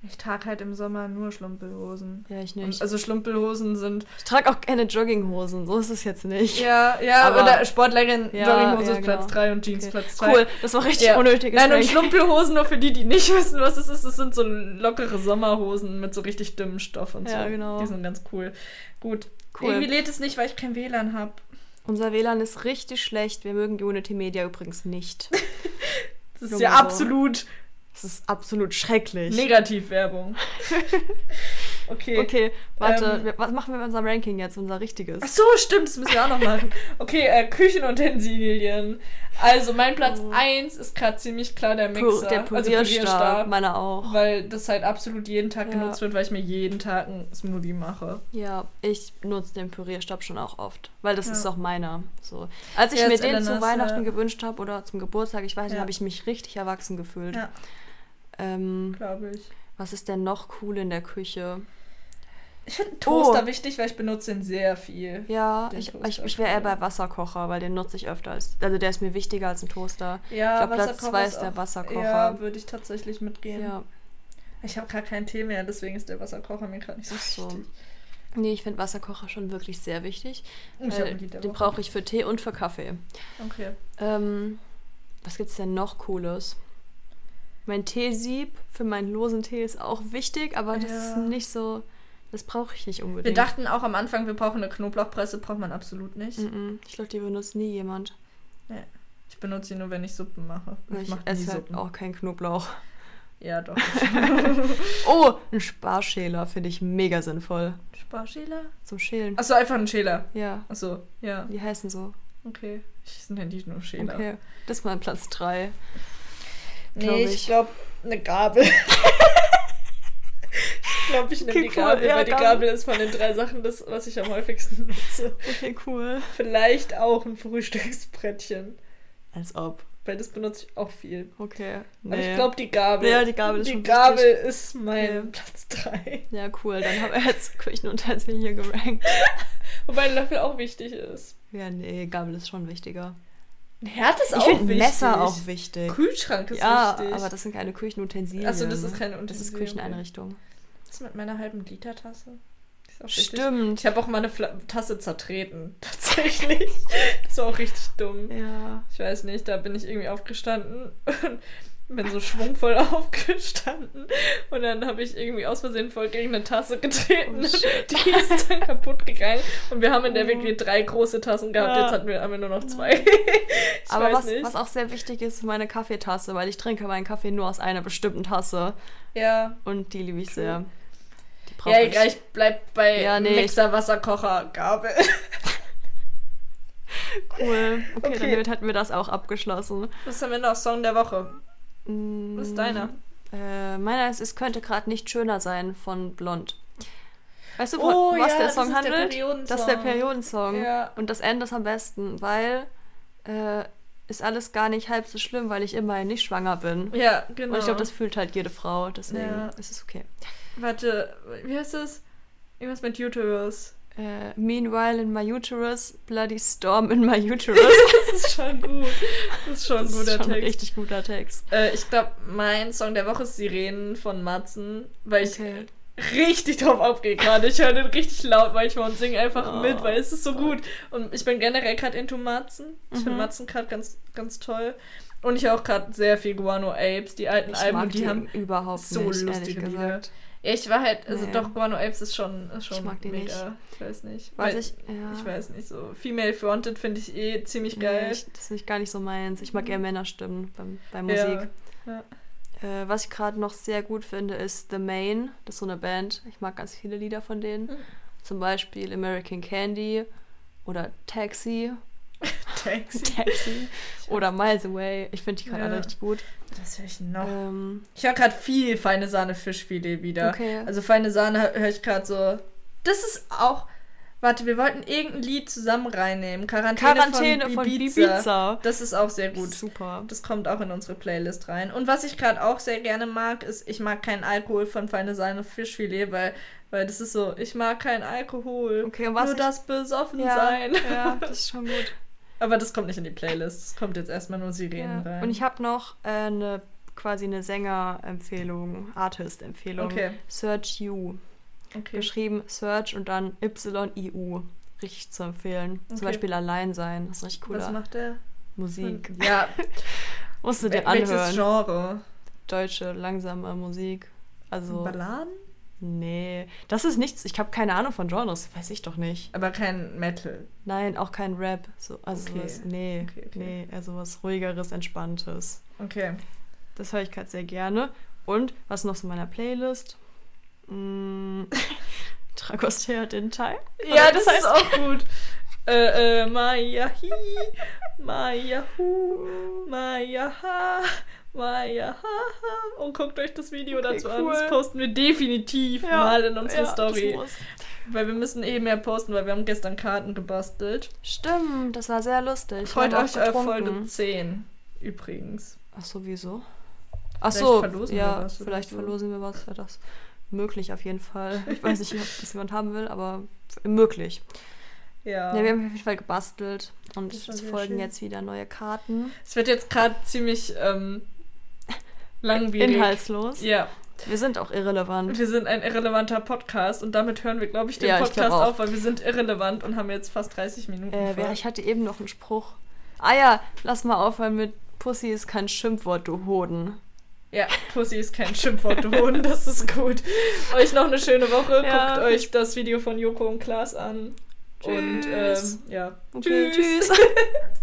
Speaker 2: Ich trage halt im Sommer nur Schlumpelhosen.
Speaker 1: Ja, ich
Speaker 2: Und,
Speaker 1: nicht.
Speaker 2: also Schlumpelhosen sind.
Speaker 1: ich trage auch gerne Jogginghosen, so ist es jetzt nicht.
Speaker 2: Ja, ja,
Speaker 1: Aber-
Speaker 2: oder Sportlerin
Speaker 1: Ja,
Speaker 2: Jogginghose
Speaker 1: ja,
Speaker 2: ist Platz
Speaker 1: genau.
Speaker 2: 3 und Jeans
Speaker 1: Okay.
Speaker 2: Platz 2.
Speaker 1: Cool, das war richtig
Speaker 2: Ja.
Speaker 1: unnötiges
Speaker 2: Nein, und
Speaker 1: Ranking.
Speaker 2: Schlumpelhosen, nur für die, die nicht wissen, was es ist, es sind so lockere Sommerhosen mit so richtig dünnem Stoff und so.
Speaker 1: Ja, genau.
Speaker 2: Die sind ganz cool. Gut.
Speaker 1: Cool.
Speaker 2: Irgendwie lädt es nicht, weil ich kein WLAN habe.
Speaker 1: Unser WLAN ist richtig schlecht. Wir mögen Unity Media übrigens nicht.
Speaker 2: Das ist
Speaker 1: Nur
Speaker 2: ja
Speaker 1: mal so.
Speaker 2: absolut
Speaker 1: Das ist absolut schrecklich.
Speaker 2: Negativwerbung. okay.
Speaker 1: Okay, warte,
Speaker 2: Ähm.
Speaker 1: wir- was machen wir mit unserem Ranking jetzt, unser
Speaker 2: Ach
Speaker 1: richtiges?
Speaker 2: so, stimmt, das müssen wir auch noch machen. Okay, äh, Küchenutensilien. Also mein Platz
Speaker 1: Oh.
Speaker 2: 1 ist gerade ziemlich klar der
Speaker 1: Pu-
Speaker 2: Mixer.
Speaker 1: der
Speaker 2: also
Speaker 1: Pürierstab, meiner auch.
Speaker 2: Weil das halt absolut jeden Tag
Speaker 1: Ja.
Speaker 2: genutzt wird, weil ich mir jeden Tag einen Smoothie mache.
Speaker 1: Ja, ich nutze den Pürierstab schon auch oft, weil das
Speaker 2: Ja.
Speaker 1: ist auch meiner. So. Als ich
Speaker 2: Ja,
Speaker 1: mir
Speaker 2: ist
Speaker 1: den
Speaker 2: Elenas,
Speaker 1: zu
Speaker 2: ja.
Speaker 1: Weihnachten gewünscht habe oder zum Geburtstag, ich weiß nicht,
Speaker 2: Ja.
Speaker 1: habe ich mich richtig erwachsen gefühlt.
Speaker 2: Ja,
Speaker 1: Ähm,
Speaker 2: glaube ich.
Speaker 1: was ist denn noch cool in der Küche?
Speaker 2: Ich finde einen Toaster
Speaker 1: Oh.
Speaker 2: wichtig, weil ich benutze ihn sehr viel.
Speaker 1: Ja,
Speaker 2: Den
Speaker 1: ich,
Speaker 2: Toaster
Speaker 1: ich, ich wäre eher
Speaker 2: cool.
Speaker 1: bei Wasserkocher, weil den nutze ich öfter. Als, also der ist mir wichtiger als ein Toaster.
Speaker 2: Ja,
Speaker 1: Ich glaub, Platz
Speaker 2: Wasserkocher
Speaker 1: zwei ist
Speaker 2: auch-
Speaker 1: der Wasserkocher.
Speaker 2: Ja, würde ich tatsächlich mitgehen.
Speaker 1: Ja,
Speaker 2: Ich habe gar keinen Tee mehr, deswegen ist der Wasserkocher mir gerade nicht so
Speaker 1: ist so.
Speaker 2: wichtig.
Speaker 1: Nee, ich finde Wasserkocher schon wirklich sehr wichtig.
Speaker 2: Ich hab
Speaker 1: weil
Speaker 2: ein Lied der
Speaker 1: Äh, den
Speaker 2: Woche.
Speaker 1: brauche ich für Tee und für Kaffee.
Speaker 2: Okay.
Speaker 1: Ähm, was gibt's denn noch Cooles? Mein Teesieb für meinen losen Tee ist auch wichtig, aber das ist
Speaker 2: Ja.
Speaker 1: nicht so. Das brauche ich nicht unbedingt.
Speaker 2: Wir dachten auch am Anfang, wir brauchen eine Knoblauchpresse, braucht man absolut nicht.
Speaker 1: Mhm. Ich glaube, die benutzt nie jemand.
Speaker 2: Ich benutze sie nur, wenn ich Suppen mache. Ich,
Speaker 1: Ich,
Speaker 2: mache nie
Speaker 1: esse halt
Speaker 2: Suppen.
Speaker 1: auch keinen Knoblauch.
Speaker 2: Ja, doch.
Speaker 1: Oh, ein Sparschäler finde ich mega sinnvoll.
Speaker 2: Sparschäler?
Speaker 1: Zum Schälen.
Speaker 2: Achso, einfach ein Schäler.
Speaker 1: Ja,
Speaker 2: Achso, ja.
Speaker 1: die heißen so.
Speaker 2: Okay. Ich nenne die nur Schäler.
Speaker 1: Okay, das ist mein Platz 3. glaub
Speaker 2: Nee, ich,
Speaker 1: ich.
Speaker 2: glaube, eine Gabel. ich glaube, ich nehme
Speaker 1: Okay,
Speaker 2: die
Speaker 1: cool.
Speaker 2: Gabel,
Speaker 1: Ja,
Speaker 2: weil die
Speaker 1: Gabel.
Speaker 2: Gabel ist von den drei Sachen das, was ich am häufigsten nutze.
Speaker 1: Okay, cool.
Speaker 2: Vielleicht auch ein Frühstücksbrettchen,
Speaker 1: Als ob.
Speaker 2: weil das benutze ich auch viel.
Speaker 1: Okay.
Speaker 2: Aber ich
Speaker 1: nee.
Speaker 2: glaube, die Gabel.
Speaker 1: Ja, die Gabel ist
Speaker 2: Die
Speaker 1: schon
Speaker 2: Gabel ist mein
Speaker 1: Ja.
Speaker 2: Platz 3.
Speaker 1: Ja, cool. Dann haben wir jetzt Küchen und Herzchen hier gerankt.
Speaker 2: Wobei ein Löffel auch wichtig ist.
Speaker 1: Ja, nee, Gabel ist schon wichtiger.
Speaker 2: Ein Herd ist
Speaker 1: ich
Speaker 2: auch
Speaker 1: finde
Speaker 2: wichtig.
Speaker 1: Messer auch wichtig.
Speaker 2: Kühlschrank ist
Speaker 1: ja,
Speaker 2: wichtig.
Speaker 1: aber das sind keine Küchenutensilien.
Speaker 2: Achso, das ist keine
Speaker 1: Das ist
Speaker 2: Utensilien.
Speaker 1: Kücheneinrichtung.
Speaker 2: Was ist mit meiner halben Litertasse? Die Ist auch wichtig. Ich
Speaker 1: Stimmt.
Speaker 2: habe auch mal eine Fla Tasse zertreten, tatsächlich. Das war auch richtig dumm.
Speaker 1: Ja.
Speaker 2: Ich weiß nicht, da bin ich irgendwie aufgestanden und bin so schwungvoll aufgestanden. Und dann habe ich irgendwie aus Versehen voll gegen eine Tasse getreten.
Speaker 1: Oh, shit.
Speaker 2: die ist dann kaputt gegangen. Und wir haben in der
Speaker 1: Oh.
Speaker 2: WG drei große Tassen gehabt.
Speaker 1: Ja.
Speaker 2: Jetzt hatten wir, haben wir nur noch zwei. Ich
Speaker 1: aber
Speaker 2: weiß
Speaker 1: was,
Speaker 2: nicht.
Speaker 1: was auch sehr wichtig ist, ist meine Kaffeetasse, weil ich trinke meinen Kaffee nur aus einer bestimmten Tasse.
Speaker 2: ja.
Speaker 1: Und die liebe ich sehr. Die brauche
Speaker 2: Ja,
Speaker 1: ich.
Speaker 2: egal, ich bleib bei
Speaker 1: Ja, nee, ich-
Speaker 2: Mixer, Wasserkocher, Gabel.
Speaker 1: Cool. Okay,
Speaker 2: Okay.
Speaker 1: dann damit hatten wir das auch abgeschlossen.
Speaker 2: Was haben wir noch? Song der Woche.
Speaker 1: Mm,
Speaker 2: Was ist deiner?
Speaker 1: Äh, meiner ist Es könnte gerade nicht schöner sein von Blond. Weißt du, von
Speaker 2: Oh,
Speaker 1: was
Speaker 2: ja,
Speaker 1: der
Speaker 2: das
Speaker 1: Song
Speaker 2: ist der
Speaker 1: handelt?
Speaker 2: Periodensong.
Speaker 1: das ist der Periodensong.
Speaker 2: Ja.
Speaker 1: Und das Ende ist am besten, weil äh, ist alles gar nicht halb so schlimm, weil ich immerhin nicht schwanger bin.
Speaker 2: Ja, genau.
Speaker 1: Und ich glaube, das fühlt halt jede Frau, deswegen
Speaker 2: Ja.
Speaker 1: ist es okay.
Speaker 2: Warte, wie heißt das? Irgendwas mit Uterus.
Speaker 1: Äh, Meanwhile in my uterus, bloody storm in my uterus.
Speaker 2: Das ist schon gut. Das ist schon ein
Speaker 1: das ist
Speaker 2: guter
Speaker 1: schon ein
Speaker 2: Text.
Speaker 1: richtig guter Text.
Speaker 2: Äh, ich glaube, mein Song der Woche ist Sirenen von Matzen, weil ich
Speaker 1: Okay.
Speaker 2: richtig drauf abgehe gerade. Ich höre den richtig laut manchmal und singe einfach
Speaker 1: Oh,
Speaker 2: mit, weil es ist so
Speaker 1: fuck.
Speaker 2: gut. Und ich bin generell gerade into Matzen. Ich finde
Speaker 1: Mhm.
Speaker 2: Matzen gerade ganz, ganz toll. Und ich höre auch gerade sehr viel Guano Apes, die alten
Speaker 1: Ich
Speaker 2: Alben,
Speaker 1: mag
Speaker 2: und die,
Speaker 1: die
Speaker 2: haben.
Speaker 1: überhaupt
Speaker 2: so
Speaker 1: nicht, ehrlich
Speaker 2: lustige Lieder.
Speaker 1: gesagt.
Speaker 2: Ja, ich war halt, also
Speaker 1: Nee.
Speaker 2: doch, Guano Apes ist schon, ist schon
Speaker 1: Ich mag die
Speaker 2: mega.
Speaker 1: nicht.
Speaker 2: Ich weiß nicht.
Speaker 1: Was
Speaker 2: Weil-
Speaker 1: ich, ja.
Speaker 2: Ich weiß nicht, so Female Fronted finde ich eh ziemlich
Speaker 1: Nee,
Speaker 2: geil. Mhm.
Speaker 1: Ich, das ist nicht, gar nicht so meins. Ich mag eher Männerstimmen beim, bei
Speaker 2: Ja.
Speaker 1: Musik. Äh, was ich gerade noch sehr gut finde, ist The Main. Das ist so eine Band. Ich mag ganz viele Lieder von denen.
Speaker 2: Mhm.
Speaker 1: Zum Beispiel American Candy oder Taxi.
Speaker 2: Taxi.
Speaker 1: Taxi. oder Miles Away. Ich finde die gerade alle
Speaker 2: Ja.
Speaker 1: richtig gut.
Speaker 2: Das höre ich noch.
Speaker 1: Ähm,
Speaker 2: Ich höre gerade viel feine Sahne Fischfilet wieder.
Speaker 1: Okay.
Speaker 2: Also feine Sahne hö- höre ich gerade so. Das ist auch. Warte, wir wollten irgendein Lied zusammen reinnehmen. Quarantäne,
Speaker 1: Quarantäne von Ibiza.
Speaker 2: Das ist auch sehr gut.
Speaker 1: Super.
Speaker 2: Das kommt auch in unsere Playlist rein. Und was ich gerade auch sehr gerne mag, ist, ich mag keinen Alkohol von Feine Sahne Fischfilet, weil, weil das ist so, ich mag keinen Alkohol.
Speaker 1: Okay, und was
Speaker 2: Nur
Speaker 1: ich-
Speaker 2: das besoffen
Speaker 1: Ja,
Speaker 2: sein.
Speaker 1: ja, das ist schon gut.
Speaker 2: Aber das kommt nicht in die Playlist. Es kommt jetzt erstmal nur Sirenen
Speaker 1: Ja.
Speaker 2: rein.
Speaker 1: Und ich habe noch äh, eine quasi eine Sänger-Empfehlung, Artist-Empfehlung.
Speaker 2: Okay.
Speaker 1: Search You.
Speaker 2: okay.
Speaker 1: Geschrieben Search und dann Y-I-U. Richtig zu empfehlen.
Speaker 2: Okay.
Speaker 1: Zum Beispiel Allein sein. Das ist richtig
Speaker 2: Was
Speaker 1: cooler.
Speaker 2: macht der?
Speaker 1: Musik.
Speaker 2: Ja,
Speaker 1: Musst du dir
Speaker 2: welches
Speaker 1: anhören.
Speaker 2: Genre?
Speaker 1: Deutsche, langsame Musik. Also,
Speaker 2: Balladen?
Speaker 1: nee. Das ist nichts. Ich habe keine Ahnung von Genres. Weiß ich doch nicht.
Speaker 2: Aber kein Metal.
Speaker 1: Nein, auch kein Rap. So, also,
Speaker 2: Okay.
Speaker 1: sowas, nee.
Speaker 2: Okay, okay.
Speaker 1: Nee, eher sowas ruhigeres, entspanntes.
Speaker 2: Okay.
Speaker 1: Das höre ich gerade sehr gerne. Und was noch so in meiner Playlist? Mm, Dragostea Dintai.
Speaker 2: Ja, das ist auch gut. äh, äh, Maya hi, Maya hu, Maya ha, Maya ha ha. Und guckt euch das Video
Speaker 1: Okay,
Speaker 2: dazu an.
Speaker 1: cool.
Speaker 2: Das posten wir definitiv mal in unsere
Speaker 1: ja,
Speaker 2: Story.
Speaker 1: das muss.
Speaker 2: Weil wir müssen eh mehr posten, weil wir haben gestern Karten gebastelt.
Speaker 1: Stimmt, das war sehr lustig.
Speaker 2: Freut
Speaker 1: Wir haben
Speaker 2: euch äh,
Speaker 1: auch
Speaker 2: auf
Speaker 1: getrunken.
Speaker 2: Folge 10 übrigens.
Speaker 1: Ach so, wieso? Ach
Speaker 2: Vielleicht
Speaker 1: so,
Speaker 2: verlosen
Speaker 1: ja,
Speaker 2: wir was oder
Speaker 1: vielleicht
Speaker 2: so.
Speaker 1: verlosen wir was. Wäre das möglich auf jeden Fall. Ich weiß nicht, ob das jemand haben will, aber möglich.
Speaker 2: Ja.
Speaker 1: Ja, wir haben auf jeden Fall gebastelt und
Speaker 2: Das war
Speaker 1: es
Speaker 2: sehr
Speaker 1: folgen
Speaker 2: schön.
Speaker 1: jetzt wieder neue Karten.
Speaker 2: es wird jetzt gerade ziemlich ähm, langwierig.
Speaker 1: Inhaltslos.
Speaker 2: Ja,
Speaker 1: Wir sind auch irrelevant.
Speaker 2: Wir sind ein irrelevanter Podcast und damit hören wir, glaube ich, den
Speaker 1: Ja, ich glaub
Speaker 2: Podcast
Speaker 1: auch.
Speaker 2: auf, weil wir sind irrelevant und haben jetzt fast 30 Minuten.
Speaker 1: Äh,
Speaker 2: voll.
Speaker 1: wer- ich hatte eben noch einen Spruch. Ah ja, lass mal aufhören mit Pussy ist kein Schimpfwort, du Hoden.
Speaker 2: Ja, Pussy ist kein Schimpfwort, du Hoden, das ist gut. Euch noch eine schöne Woche.
Speaker 1: Ja,
Speaker 2: Guckt
Speaker 1: viel
Speaker 2: euch das Video von Joko und Klaas an. Und ähm,
Speaker 1: Tschüss.
Speaker 2: ja.
Speaker 1: Okay, tschüss.